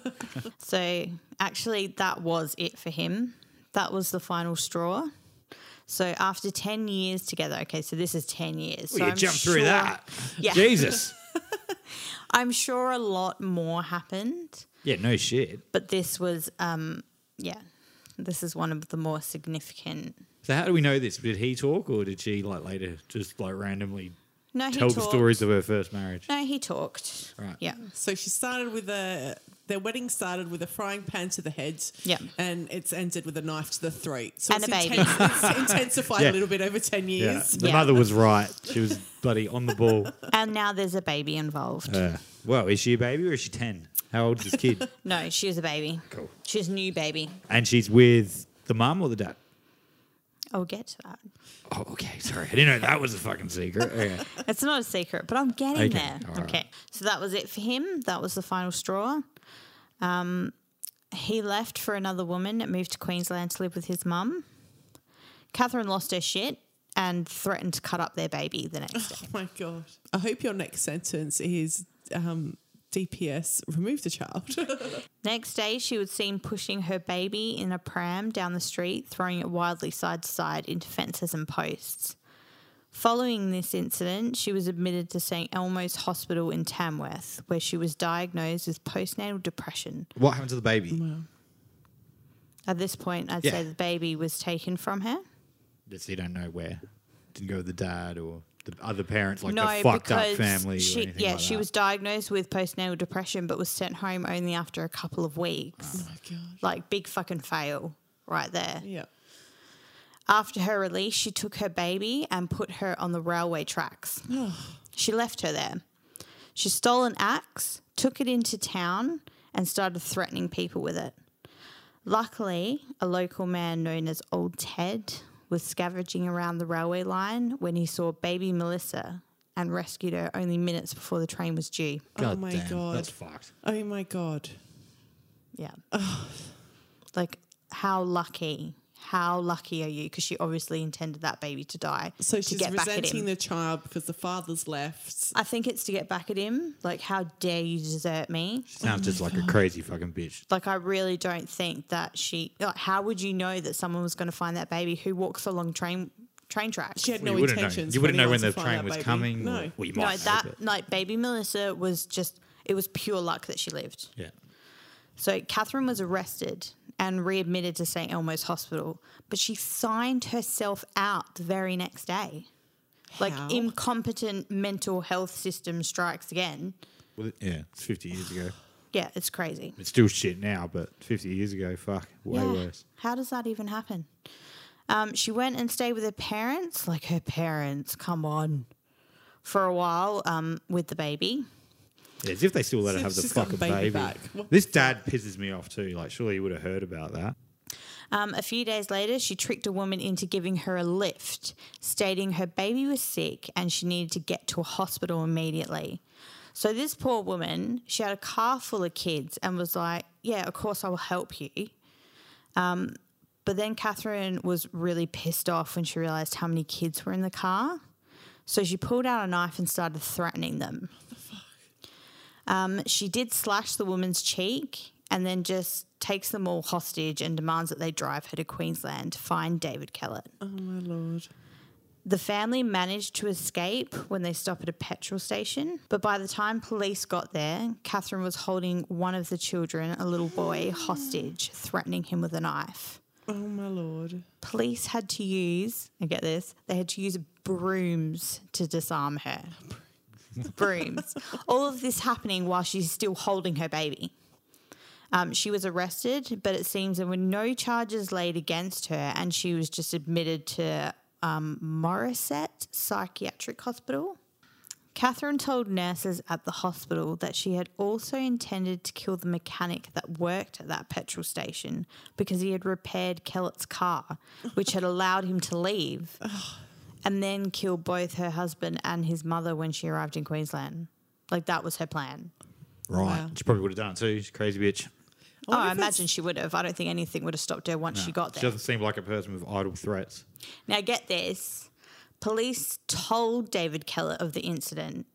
S1: so actually, that was it for him. That was the final straw. So after 10 years together, okay, so this is 10 years.
S3: Well,
S1: so
S3: you
S1: I'm
S3: jumped
S1: sure-
S3: through that.
S1: Yeah.
S3: Jesus.
S1: I'm sure a lot more happened,
S3: Yeah, no shit.
S1: but this was, um, yeah, This is one of the more significant.
S3: So how do we know this? Did he talk or did she like later just like randomly
S1: No, he
S3: tell the
S1: talked.
S3: stories of her first marriage?
S1: No, he talked.
S3: Right.
S1: Yeah.
S2: So she started with a their wedding started with a frying pan to the head.
S1: Yeah.
S2: And it's ended with a knife to the throat. So
S1: And
S2: it's
S1: a baby.
S2: Intense, it's intensified a
S3: Yeah.
S2: little bit over ten
S3: Yeah.
S2: years.
S3: The
S1: Yeah.
S3: mother was right. She was bloody on the ball.
S1: And now there's a baby involved.
S3: Uh, well, is she a baby or is she 10? How old is this kid?
S1: No, she was a baby.
S3: Cool.
S1: She was a new baby.
S3: And she's with the mum or the dad?
S1: I'll get to that.
S3: Oh, okay. Sorry. I didn't know that was a fucking secret. Okay.
S1: It's not a secret, but I'm getting
S3: Okay,
S1: there.
S3: all right.
S1: Okay. So that was it for him. That was the final straw. Um, he left for another woman and moved to Queensland to live with his mum. Catherine lost her shit and threatened to cut up their baby the next day.
S2: Oh my god. I hope your next sentence is um, DPS remove the
S1: Oh
S2: child.
S1: Next day, she was seen pushing her baby in a pram down the street, throwing it wildly side to side into fences and posts. Following this incident, she was admitted to St. Elmo's Hospital in Tamworth, where she was diagnosed with postnatal depression.
S3: What happened to the baby?
S1: At this point, I'd
S3: Yeah.
S1: say the baby was taken from her.
S3: Just you don't know where. Didn't go with the dad or the other parents, like
S1: no,
S3: the fucked up
S1: because
S3: family. or
S1: she,
S3: anything
S1: yeah,
S3: like
S1: she
S3: that.
S1: was diagnosed with postnatal depression, but was sent home only after a couple of weeks.
S2: my god.
S1: Like big fucking fail right there.
S2: Yeah.
S1: After her release, she took her baby and put her on the railway tracks. she left her there. She stole an axe, took it into town, and started threatening people with it. Luckily, a local man known as Old Ted was scavenging around the railway line when he saw baby Melissa and rescued her only minutes before the train was due.
S3: God
S2: oh my
S3: damn,
S2: god.
S3: That's fucked.
S2: oh my god.
S1: Yeah. like, how lucky. How lucky are you? Because she obviously intended that baby to die.
S2: So
S1: to
S2: she's
S1: get back at
S2: resenting
S1: him.
S2: the child because the father's left.
S1: I think it's to get back at him. Like, how dare you desert me?
S3: Sounds just
S1: Oh
S3: like a crazy fucking bitch.
S1: Like, I really don't think that she. Like, how would you know that someone was going to find that baby who walks along train train tracks?
S2: She had
S3: Well,
S2: no
S3: you wouldn't know.
S2: intentions.
S3: You wouldn't know when
S2: anyone to
S3: the
S2: find
S3: train
S2: that
S3: was
S2: baby.
S3: coming.
S2: No.
S3: or- Well, you might
S1: no,
S3: know,
S1: that
S3: but-
S1: like baby Melissa was just. It was pure luck that she lived.
S3: Yeah.
S1: So Catherine was arrested and readmitted to St Elmo's Hospital, but she signed herself out the very next day. Like
S2: How?
S1: incompetent mental health system strikes again.
S3: Well, it- yeah. It's 50 years ago.
S1: Yeah, it's crazy.
S3: It's still shit now, but 50 years ago, fuck. Way
S1: Yeah.
S3: worse.
S1: How does that even happen? Um, she went and stayed with her parents, like her parents, come on, for a while um, with the baby.
S3: Yeah, as if they still let her
S2: As if
S3: have the
S2: she's got
S3: fucking
S2: the baby
S3: baby.
S2: back. What
S3: This dad pisses me off too. Like, surely you would have heard about that.
S1: Um, a few days later, she tricked a woman into giving her a lift, stating her baby was sick and she needed to get to a hospital immediately. So, this poor woman, she had a car full of kids and was like, Yeah, of course, I will help you. Um, but then Catherine was really pissed off when she realized how many kids were in the car. So, she pulled out a knife and started threatening them. Um, she did slash the woman's cheek and then just takes them all hostage and demands that they drive her to Queensland to find David Kellett.
S2: Oh my lord.
S1: The family managed to escape when they stopped at a petrol station, but by the time police got there, Catherine was holding one of the children, a little boy, hostage, threatening him with a knife.
S2: Oh my lord.
S1: Police had to use, I get this, they had to use brooms to disarm her. brooms. All of this happening while she's still holding her baby. Um, she was arrested, but it seems there were no charges laid against her, and she was just admitted to um, Morisset Psychiatric Hospital. Catherine told nurses at the hospital that she had also intended to kill the mechanic that worked at that petrol station because he had repaired Kellett's car, which had allowed him to leave, and then kill both her husband and his mother when she arrived in Queensland. Like, that was her plan.
S3: Right.
S2: Wow.
S3: She probably would have done it too. She's a crazy bitch.
S1: Oh,
S2: wonder
S1: I
S2: if it's-
S1: imagine she would have. I don't think anything would have stopped her once she got
S3: She
S1: there.
S3: doesn't seem like a person with idle threats.
S1: Now, get this police told David Keller of the incident.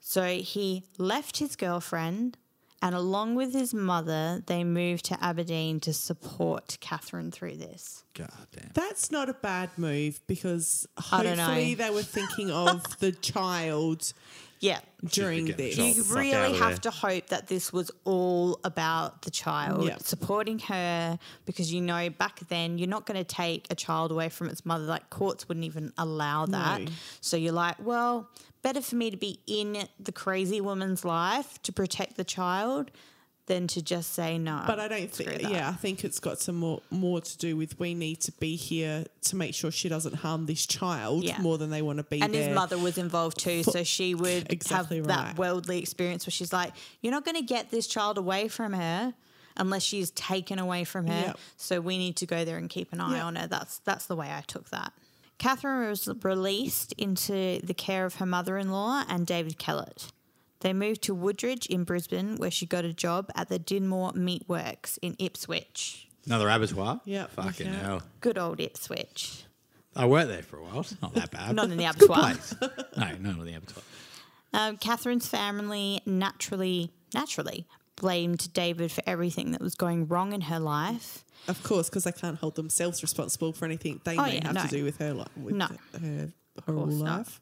S1: So he left his girlfriend And along with his mother, they moved to Aberdeen to support Catherine through this.
S3: God damn.
S2: That's not a bad move because
S1: I don't
S2: hopefully
S1: know.
S2: they were thinking of the child
S1: Yeah.
S2: during
S3: getting
S2: this.
S3: the
S1: You
S3: child. Fuck out
S1: really
S3: of
S1: have to
S3: there.
S1: hope that this was all about the child,
S2: Yeah.
S1: supporting her, because you know back then you're not going to take a child away from its mother. Like courts wouldn't even allow that.
S2: No.
S1: So you're like, well, better for me to be in the crazy woman's life to protect the child than to just say no.
S2: But I don't
S1: Screw
S2: think.
S1: that.
S2: Yeah, I think it's got some more more to do with we need to be here to make sure she doesn't harm this child
S1: Yeah.
S2: more than they want to be.
S1: and
S2: there.
S1: his mother was involved too, so she would
S2: Exactly
S1: have
S2: right.
S1: that worldly experience where she's like, "You're not going to get this child away from her unless she's taken away from her.
S2: Yep.
S1: So we need to go there and keep an eye
S2: Yep.
S1: on her." That's that's the way I took that. Catherine was released into the care of her mother-in-law and David Kellett. They moved to Woodridge in Brisbane, where she got a job at the Dinmore Meat Works in Ipswich.
S3: Another abattoir?
S2: Yep,
S3: Fucking
S2: okay.
S3: hell.
S1: Good old Ipswich.
S3: I worked there for a while. It's not that bad.
S1: Not in the
S3: It's a good
S1: abattoir.
S3: place. no, not in the abattoir.
S1: Um, Catherine's family naturally naturally blamed David for everything that was going wrong in her life.
S2: of course, because they can't hold themselves responsible for anything they
S1: Oh,
S2: may
S1: yeah,
S2: have
S1: no.
S2: to do with her life. With
S1: No.
S2: her whole
S1: course not.
S2: life.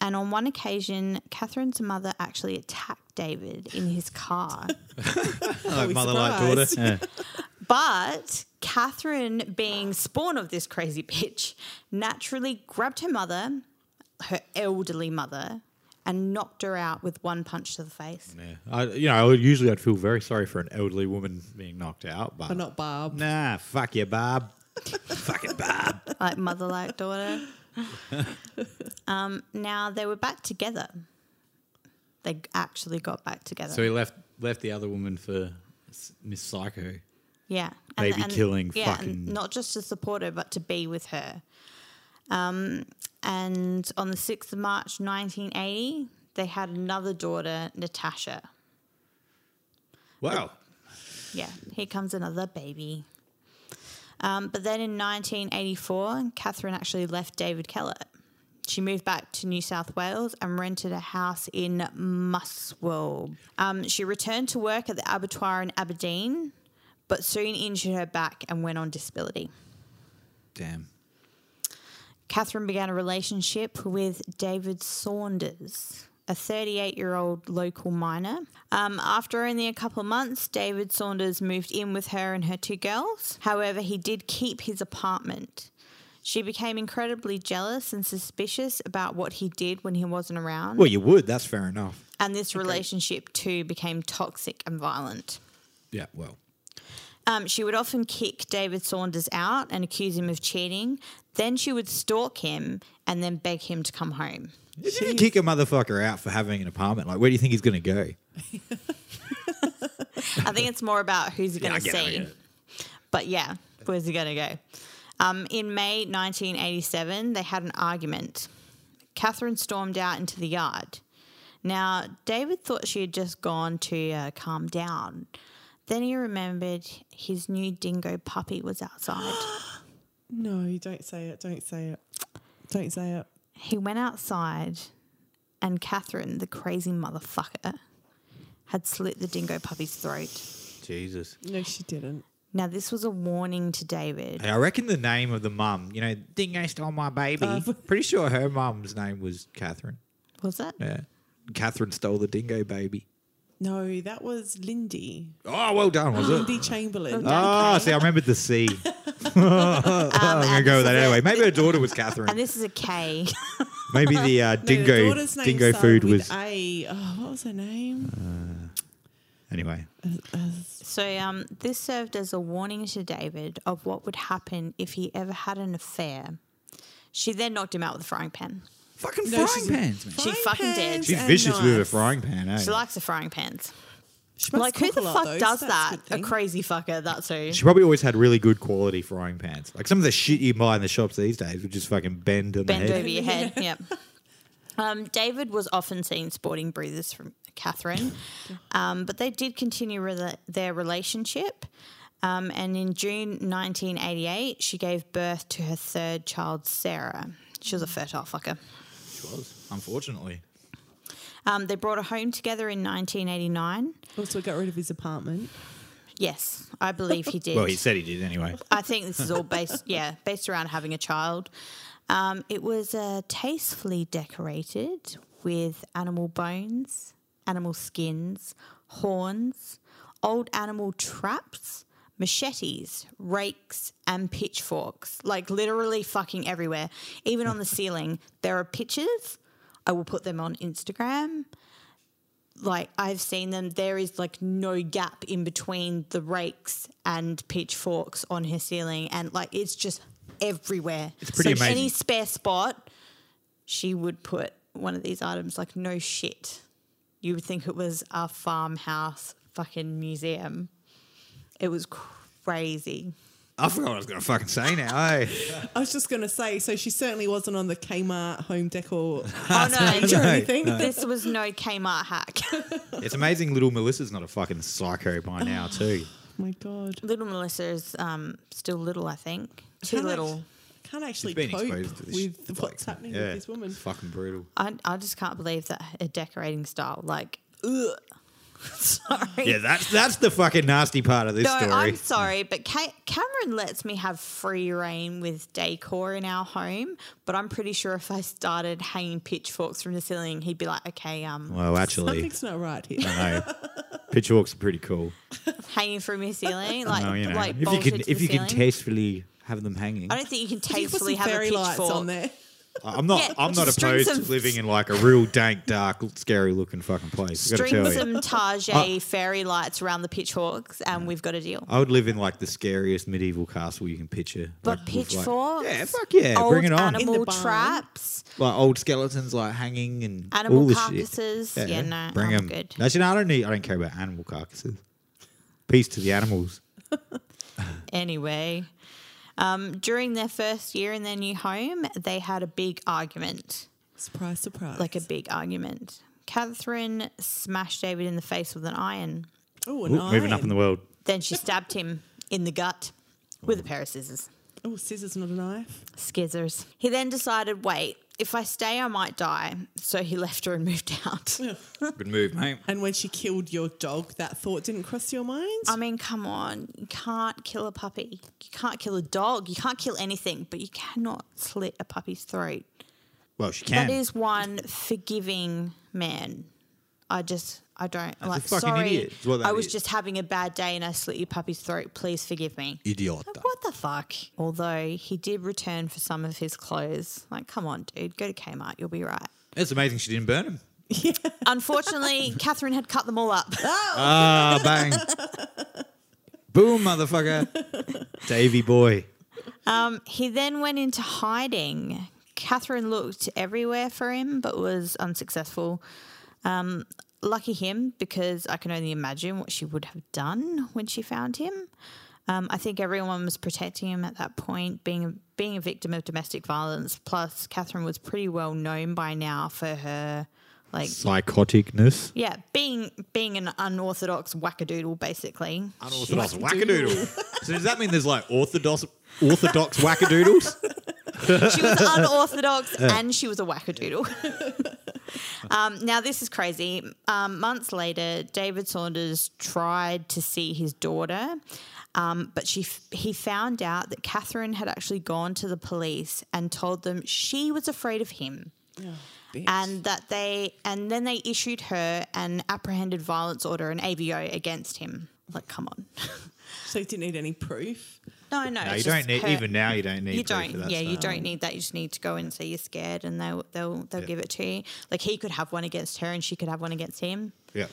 S1: And on one occasion, Catherine's mother actually attacked David in his car.
S3: Like
S2: we
S3: mother, like daughter.
S2: surprised?
S3: Yeah.
S1: but Catherine, being spawn of this crazy bitch, naturally grabbed her mother, her elderly mother, and knocked her out with one punch to the face.
S3: Yeah. I, you know, I would, usually I'd feel very sorry for an elderly woman being knocked out, but
S2: But not Barb.
S3: nah, fuck you, Barb. Fucking Barb.
S1: like mother like daughter. um, now they were back together. They actually got back together.
S3: So he left left the other woman for S- Miss Psycho.
S1: yeah,
S3: Baby killing
S1: Yeah,
S3: fucking-
S1: and not just to support her, but to be with her. Um, and on the sixth of March, nineteen eighty, they had another daughter, Natasha.
S3: Wow.
S1: Yeah, here comes another baby. Um, but then in 1984, Catherine actually left David Kellett. She moved back to New South Wales and rented a house in Muswell. Um, she returned to work at the abattoir in Aberdeen, but soon injured her back and went on disability.
S3: Damn.
S1: Catherine began a relationship with David Saunders, a 38 year old local miner. Um, after only a couple of months, David Saunders moved in with her and her two girls. However, he did keep his apartment. She became incredibly jealous and suspicious about what he did when he wasn't around,
S3: Well, you would. That's fair enough.
S1: and this relationship too became toxic and violent.
S3: Yeah. Well.
S1: Um, she would often kick David Saunders out and accuse him of cheating. Then she would stalk him and then beg him to come home.
S3: If you kick a motherfucker out for having an apartment, like where do you think he's gonna go?
S1: I think it's more about who's he going to see. But yeah, where's he going to go? Um, in May 1987, they had an argument. Catherine stormed out into the yard. Now, David thought she had just gone to uh, calm down. Then he remembered his new dingo puppy was outside.
S2: No, you don't say it. Don't say it. Don't say it.
S1: he went outside, and Catherine, the crazy motherfucker, had slit the dingo puppy's throat.
S3: Jesus.
S2: No, she didn't.
S1: Now, this was a warning to David.
S3: Hey, I reckon the name of the mum, you know, Dingo stole my baby. Pretty sure her mum's name was Catherine.
S1: Was it?
S3: Yeah. Catherine stole the dingo baby.
S2: No, that was Lindy.
S3: Oh, well done, was it?
S2: Lindy Chamberlain.
S3: Ah, see, I remembered the C. am gonna
S1: and
S3: go
S1: this
S3: with that
S1: is
S3: anyway.
S1: it.
S3: Maybe her daughter was
S1: And
S3: Catherine.
S1: this is a K.
S3: Maybe the uh,
S2: No, the
S3: dingo
S2: daughter's name
S3: dingo
S2: started
S3: food
S2: with
S3: was
S2: A. Oh, what was her name?
S3: anyway.
S1: so um, this served as a warning to David of what would happen if he ever had an affair. She then knocked him out with a frying pan.
S3: Fucking
S2: No,
S3: frying
S2: she's a-
S3: pans, man.
S1: She fucking did.
S3: She's
S2: and
S3: vicious with a
S2: knives.
S3: frying pan, eh?
S1: She likes the frying pans.
S2: She must
S1: Like, who
S2: cook
S1: the
S2: a lot,
S1: fuck
S2: though, so
S1: does
S2: that's a
S1: that?
S2: good
S1: A
S2: thing.
S1: crazy fucker, that's who.
S3: she probably always had really good quality frying pans. Like some of the shit you buy in the shops these days would just fucking bend on
S1: bend
S3: the
S1: over
S3: head.
S1: your head. Yep. Um, David was often seen sporting bruises from Catherine, um, but they did continue rela- their relationship. Um, and in June 1988, she gave birth to her third child, Sarah. She was a fertile fucker.
S3: She was, unfortunately.
S1: Um, they brought a home together in 1989.
S2: Also got rid of his apartment.
S1: Yes, I believe he did.
S4: Well, he said he did anyway.
S1: I think this is all based, yeah, based around having a child. Um, it was uh, tastefully decorated with animal bones, animal skins, horns, old animal traps, machetes, rakes, and pitchforks. Like literally fucking everywhere. Even on the ceiling, there are pictures. I will put them on Instagram like I've seen them, there is like no gap in between the rakes and pitchforks on her ceiling, and like it's just everywhere. It's
S4: pretty
S1: so Any
S4: amazing.
S1: spare spot, she would put one of these items. Like no shit, you would think it was a farmhouse fucking museum. It was crazy.
S4: I forgot what I was going to fucking say now. eh?
S2: I was just going to say, so she certainly wasn't on the Kmart home decor
S1: Oh no,
S2: page or anything.
S1: this was no Kmart hack.
S4: It's amazing little Melissa's not a fucking psycho by now, too.
S2: Oh my God.
S1: little Melissa is um, still little, I think. Too
S2: Can't act-
S1: little.
S2: Can't actually
S4: She's been
S2: cope
S4: exposed to this
S2: with
S4: shit,
S2: what's
S4: like,
S2: happening
S4: yeah,
S2: with this woman.
S4: It's fucking brutal.
S1: I, I just can't believe that a decorating style like ugh. sorry.
S4: Yeah, that's that's the fucking nasty part of this
S1: no,
S4: story.
S1: I'm sorry, but Ca- Cameron lets me have free reign with decor in our home. But I'm pretty sure if I started hanging pitchforks from the ceiling, he'd be like, "Okay, um,
S4: Well, actually,
S2: Something's not right here.
S4: no. Pitchforks are pretty cool.
S1: hanging from your ceiling, like,
S4: No, you know,
S1: like
S4: if you
S1: bolted
S4: can
S1: to
S4: if
S1: the
S4: you
S1: ceiling."
S4: can tastefully have them hanging.
S1: I don't think you can
S2: If you put
S1: tastefully
S2: some
S1: have a
S2: fairy lights
S1: pitchfork.
S2: on there.
S4: I'm not.
S1: Yeah,
S4: I'm not
S1: just string
S4: opposed
S1: some-
S4: to living in like a real dank, dark, scary looking fucking place. I've got to
S1: String
S4: tell you, Uh,
S1: some Tajay fairy lights around the pitchforks, and we've got a deal.
S4: I would live in like the scariest medieval castle you can picture.
S1: But
S4: like, with, like-
S1: pitchforks,
S4: yeah, fuck yeah,
S1: old
S4: bring it on.
S1: animal
S2: In the barn.
S1: traps,
S4: like old skeletons, like hanging and all
S1: animal
S4: the
S1: carcasses. Yeah,
S4: shit.
S1: no,
S4: bring
S1: I'm
S4: 'em.
S1: good.
S4: Actually, no, I don't need. I don't care about animal carcasses. Peace to the animals.
S1: Anyway, um, during their first year in their new home, they had a big argument,
S2: Surprise, surprise.
S1: like a big argument. Catherine smashed David in the face with an iron.
S2: oh,
S4: Ooh, moving up in the world.
S1: Then she stabbed him in the gut with a pair of scissors.
S2: Oh, scissors, not a knife.
S1: Skizzers. He then decided, wait, if I stay, I might die. So he left her and moved out.
S4: Good move, mate.
S2: And when she killed your dog, that thought didn't cross your mind?
S1: I mean, come on. You can't kill a puppy. You can't kill a dog. You can't kill anything, but you cannot slit a puppy's throat.
S4: Well, she can.
S1: That is one forgiving man. I just, I don't
S4: That's a
S1: like.
S4: fucking
S1: sorry,
S4: idiot. It's what that
S1: I was
S4: is.
S1: just having a bad day and I slit your puppy's throat. Please forgive me.
S4: idiota.
S1: Like, what the fuck? Although he did return for some of his clothes. Like, come on, dude, go to Kmart. You'll be right.
S4: It's amazing she didn't burn him.
S1: Unfortunately, Catherine had cut them all up.
S4: Ah, bang. Boom, motherfucker. Davy boy.
S1: He then went into hiding. Catherine looked everywhere for him, but was unsuccessful. Um, lucky him, because I can only imagine what she would have done when she found him. Um, I think everyone was protecting him at that point, being a, being a victim of domestic violence. Plus, Catherine was pretty well known by now for her, like,
S4: Psychoticness.
S1: yeah, being being an unorthodox wackadoodle, basically.
S4: Unorthodox wackadoodle. so does that mean there's like orthodox orthodox wackadoodles?
S1: she was unorthodox and she was a wackadoodle. um, now, this is crazy. Um, months later, David Saunders tried to see his daughter, um, but she f- he found out that Catherine had actually gone to the police and told them she was afraid of him.
S4: Oh,
S2: bitch.
S1: And that they, and then they issued her an apprehended violence order, an AVO against him. Like, come on,
S2: so you didn't need any proof.
S1: no, no,
S4: No, you
S1: it's
S4: don't
S1: just
S4: need
S1: her-
S4: even now you don't need
S1: you
S4: proof
S1: don't
S4: for that
S1: yeah you
S4: stuff.
S1: don't need that you just need to go and say you're scared and they'll they'll they'll give it to you like he could have one against her and she could have one against him
S4: Yeah.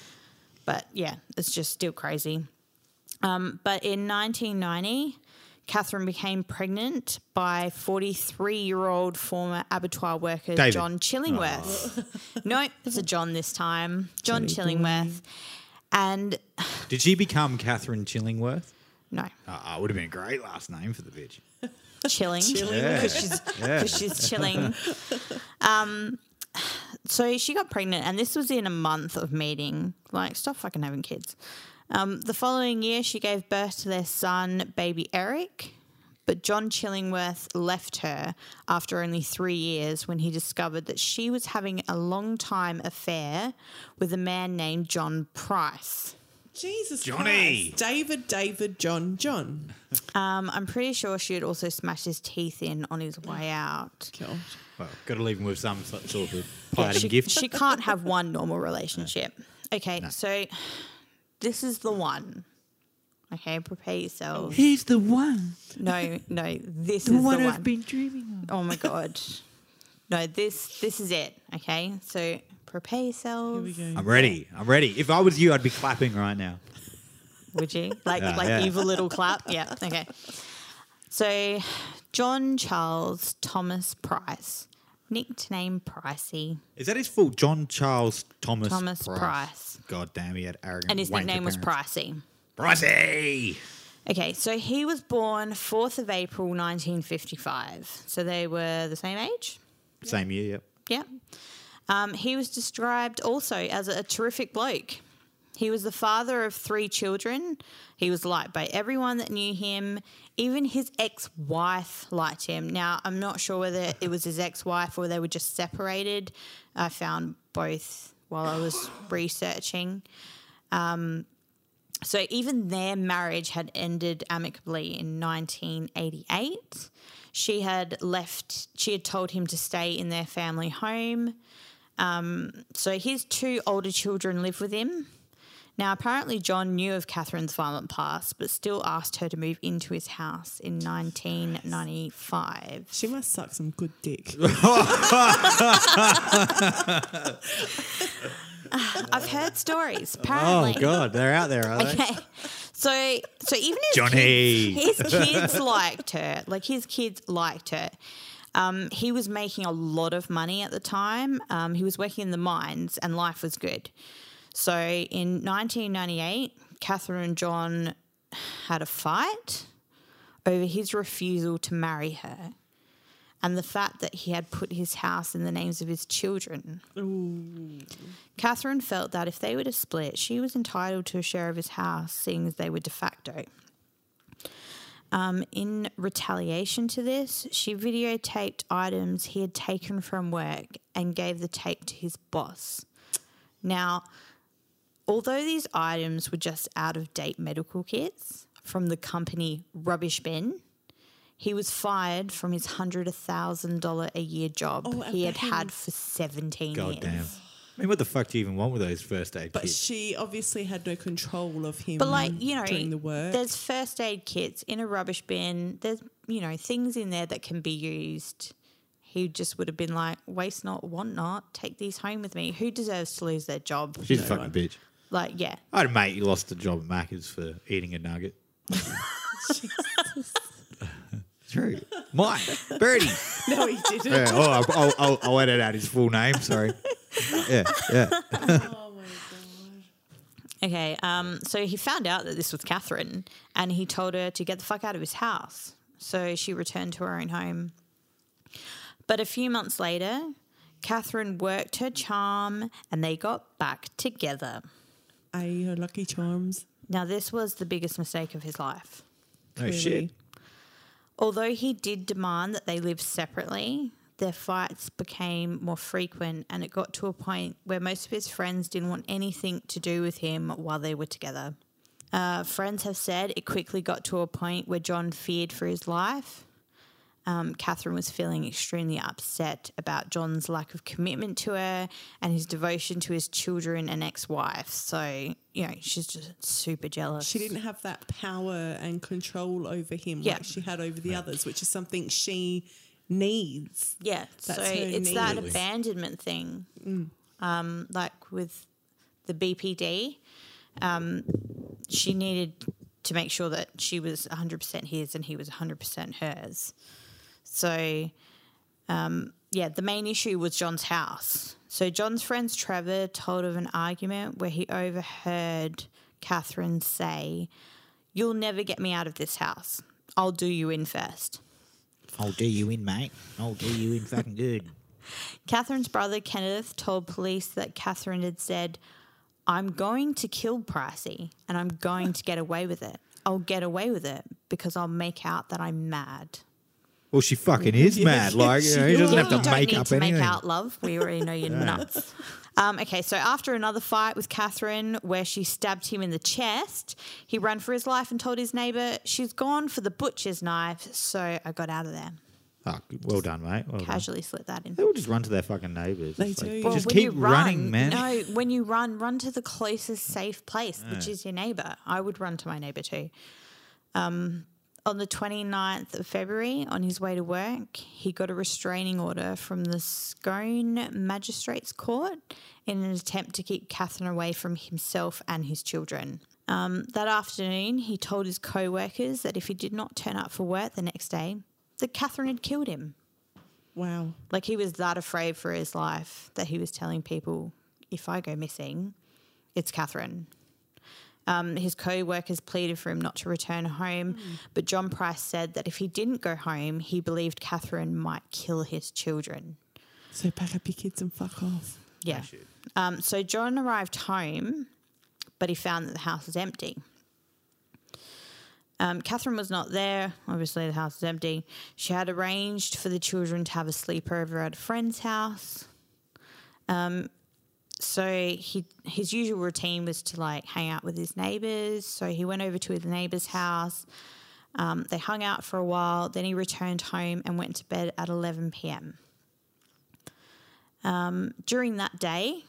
S1: but yeah it's just still crazy um, but in 1990 catherine became pregnant by 43 year old former abattoir worker
S4: David. Oh.
S1: john chillingworth no it's a john this time john chillingworth and
S4: Did she become Catherine Chillingworth?
S1: no
S4: Ah, would have been a great last name for the bitch.
S1: chilling
S4: Yeah.
S1: she's
S4: Yeah.
S1: because she's chilling. Um, so she got pregnant, and this was in a month of meeting. Like, stop fucking having kids. Um, the following year, she gave birth to their son, baby Eric. But John Chillingworth left her after only three years when he discovered that she was having a long time affair with a man named John Price.
S2: Jesus
S3: Johnny.
S2: Christ. David, David, John, John.
S1: Um, I'm pretty sure she had also smashed his teeth in on his way out.
S2: God.
S3: Well, got to leave him with some sort sort of
S1: Yeah,
S3: parting
S1: she,
S3: gift.
S1: she can't have one normal relationship. Okay, so this is the one. Okay, prepare yourself.
S3: He's the one.
S1: No, no, this is the one.
S3: dreaming of.
S1: oh my god. No, this this is it. Okay, so prepare yourselves.
S3: I'm ready. I'm ready. If I was you, I'd be clapping right now.
S1: Would you? Like
S3: Yeah,
S1: like
S3: yeah.
S1: evil little clap? Yeah. Okay. So John Charles Thomas Price, nickname Pricey.
S3: Is that his full John Charles Thomas
S1: Thomas Price.
S3: God damn, he had arrogant.
S1: And his
S3: wanker
S1: nickname was
S3: parents.
S1: Pricey.
S3: Pricey.
S1: Okay, so he was born 4th of April 1955. So they were the same age?
S3: Same year. Yep.
S1: Yeah. Um, he was described also as a terrific bloke. He was the father of three children. He was liked by everyone that knew him. Even his ex wife liked him. Now, I'm not sure whether it was his ex wife or they were just separated. I found both while I was researching. Um, So even their marriage had ended amicably in 1988. She had left, she had told him to stay in their family home. Um, so his two older children live with him. Now, apparently, John knew of Catherine's violent past, but still asked her to move into his house in 1995.
S2: She must suck some good dick.
S1: I've heard stories, apparently.
S3: God, they're out there, are they?
S1: Okay. So so even his
S3: Johnny.
S1: kids, his kids liked her. Like his kids liked her. Um, he was making a lot of money at the time. Um, he was working in the mines, and life was good. So in 1998, Catherine and John had a fight over his refusal to marry her. And the fact that he had put his house in the names of his children. Catherine felt that if they were to split, she was entitled to a share of his house, seeing as they were de facto. Um, in retaliation to this, she videotaped items he had taken from work and gave the tape to his boss. Now, although these items were just out of date medical kits from the company Rubbish Bin, he was fired from his $100,000 a year job
S2: Oh, I
S1: he had
S2: bet he
S1: had
S2: was-
S1: for 17
S3: God
S1: years.
S3: damn. I mean, what the fuck do you even want with those first aid
S2: But
S3: kits?
S2: she obviously had no control of him
S1: But like you know,
S2: during the work.
S1: there's first aid kits in a rubbish bin. There's you know things in there that can be used. He just would have been like, waste not, want not. Take these home with me. Who deserves to lose their job?
S3: She's a fucking bitch.
S1: Like yeah,
S3: I had a mate who lost a job at Macca's for eating a nugget. True. Mike, Birdie.
S2: no, he didn't.
S3: Yeah, oh, I'll, I'll, I'll, I'll edit out his full name. Sorry. Yeah, yeah.
S1: Okay, um, so he found out that this was Catherine and he told her to get the fuck out of his house. So she returned to her own home. But a few months later, Catherine worked her charm and they got back together.
S2: Aye, her lucky charms.
S1: Now, this was the biggest mistake of his life.
S3: No shit.
S2: Really.
S1: Although he did demand that they live separately, their fights became more frequent and it got to a point where most of his friends didn't want anything to do with him while they were together. Uh, friends have said it quickly got to a point where John feared for his life. Um, Catherine was feeling extremely upset about John's lack of commitment to her and his devotion to his children and ex wife. So, you know, she's just super jealous.
S2: She didn't have that power and control over him
S1: Yeah.
S2: like she had over the others, which is something she needs.
S1: Yeah,
S2: That's
S1: so
S2: her Mm.
S1: it's
S2: need.
S1: that
S3: Really.
S1: abandonment thing, um, like with the BPD. Um, she needed to make sure that she was 100% his and he was 100% hers. So, um, yeah, the main issue was John's house. So, John's friends Trevor told of an argument where he overheard Catherine say, You'll never get me out of this house. I'll do you in first.
S3: I'll do you in, mate. I'll do you in fucking good.
S1: Catherine's brother Kenneth told police that Catherine had said, I'm going to kill Pricey and I'm going to get away with it. I'll get away with it because I'll make out that I'm mad.
S3: Well, she fucking is mad. Like, you know, he doesn't have
S1: you
S3: to
S1: don't
S3: make
S1: need
S3: up
S1: to
S3: anything.
S1: make out love. We already know you're nuts. Um, okay, so after another fight with Catherine, where she stabbed him in the chest, he ran for his life and told his neighbour, "She's gone for the butcher's knife." So I got out of there.
S3: Oh, good. well done, mate. Well done.
S1: Casually slipped that in.
S3: They all just run to their fucking neighbours.
S2: They
S3: It's like,
S2: do.
S1: Well,
S3: just
S1: when
S3: keep
S1: you run-
S3: running, man.
S1: No, when you run, run to the closest safe place, which is your neighbour. I would run to my neighbour too. Um, on the 29th of February, on his way to work, he got a restraining order from the Scone Magistrates Court in an attempt to keep Catherine away from himself and his children. Um, that afternoon, he told his co workers that if he did not turn up for work the next day, that Catherine had killed him.
S2: Wow.
S1: Like he was that afraid for his life that he was telling people, if I go missing, it's Catherine. Um, his co workers pleaded for him not to return home, but John Price said that if he didn't go home, he believed Catherine might kill his children.
S2: So pack up your kids and fuck off.
S1: Yeah. Um, so John arrived home, but he found that the house was empty. Um, Catherine was not there. Obviously, the house was empty. She had arranged for the children to have a sleepover at a friend's house. Um, so he his usual routine was to like hang out with his neighbors. So he went over to his neighbor's house. Um, they hung out for a while. Then he returned home and went to bed at 11 p.m. During that day,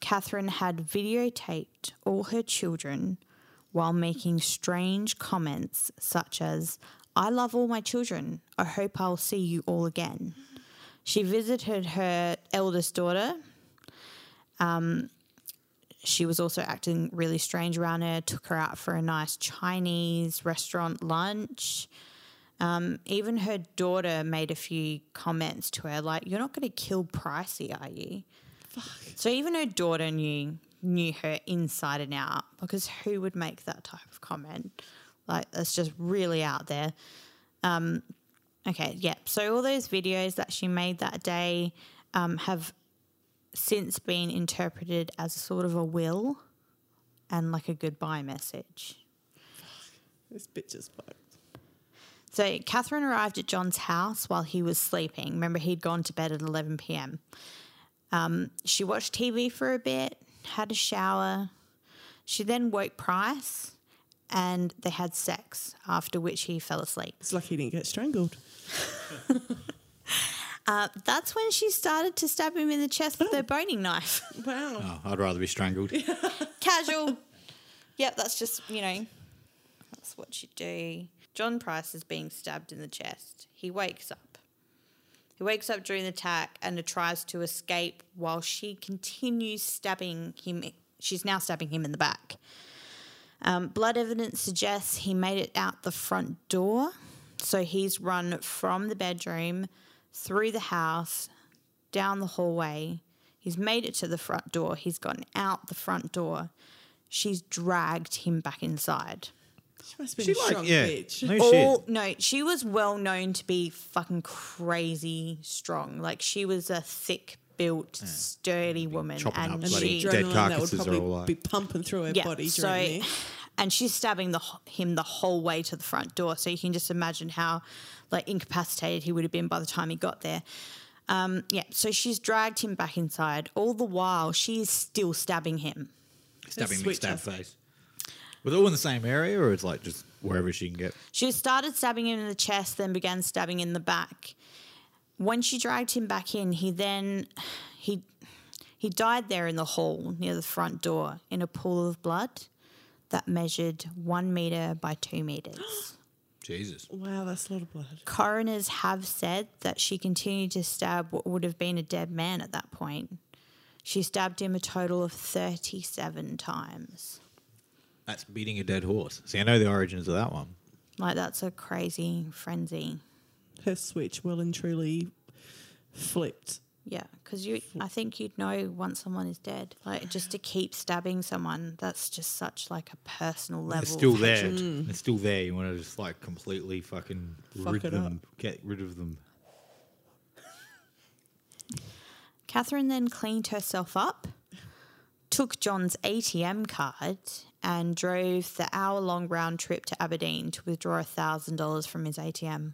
S1: Catherine had videotaped all her children while making strange comments such as, I love all my children. I hope I'll see you all again. She visited her eldest daughter. Um, she was also acting really strange around her, took her out for a nice Chinese restaurant lunch Um, even her daughter made a few comments to her like you're not going to kill pricey are you Fuck. so even her daughter knew knew her inside and out because who would make that type of comment like that's just really out there um okay yeah so all those videos that she made that day um, have since been interpreted as sort of a will and like a goodbye message
S2: This bitch is fucked.
S1: So Catherine arrived at John's house while he was sleeping. Remember, he'd gone to bed at 11 p.m. Um, she watched TV for a bit, had a shower. She then woke Price and they had sex, after which he fell asleep.
S2: It's like he didn't get strangled.
S1: Uh, that's when she started to stab him in the chest with her boning knife.
S2: Wow.
S3: Oh, I'd rather be strangled.
S1: Casual. yep, that's just, you know, that's what you do. John Price is being stabbed in the chest. He wakes up. He wakes up during the attack and tries to escape while she continues stabbing him. She's now stabbing him in the back. Um, blood evidence suggests he made it out the front door. So he's run from the bedroom, through the house, down the hallway. He's made it to the front door. He's gotten out the front door. She's dragged him back inside.
S2: She must have
S3: She
S2: been a
S3: like,
S2: strong
S3: yeah.
S2: bitch.
S3: No
S1: All
S3: shit.
S1: no, she was well known to be fucking crazy strong. Like she was a thick built, sturdy woman,
S3: chopping up
S1: and
S2: And
S3: bloody
S1: she
S2: the
S3: dead
S2: adrenaline that would
S3: carcasses are
S2: probably
S3: all like-
S2: be pumping through her body
S1: so,
S2: during this.
S1: and she's stabbing the wh- him the whole way to the front door. So you can just imagine how like incapacitated he would have been by the time he got there. Um, yeah, so she's dragged him back inside. All the while, she is still stabbing him.
S3: Stabbing me,
S2: switch
S3: stab
S2: us.
S3: face. Were they all in the same area, or it's like just wherever she can get?
S1: She started stabbing him in the chest, then began stabbing in the back. When she dragged him back in, he then he he died there in the hall near the front door in a pool of blood that measured one meter by two meters.
S3: Jesus.
S2: Wow, that's a lot of blood.
S1: Coroners have said that she continued to stab what would have been a dead man at that point. She stabbed him a total of 37 times.
S3: That's beating a dead horse. See, I know the origins of that one.
S1: Like, that's a crazy frenzy.
S2: Her switch well and truly flipped.
S1: Yeah, because you, I think you'd know once someone is dead. Like just to keep stabbing someone, that's just such like a personal level.
S3: It's still
S1: of
S3: there.
S1: hatred.
S3: It's still there. You want to just like completely fucking
S2: Fuck
S3: rid
S2: it
S3: them, get rid of them.
S1: Catherine then cleaned herself up, took John's ATM card, and drove the hour long round trip to Aberdeen to withdraw $1,000 from his ATM,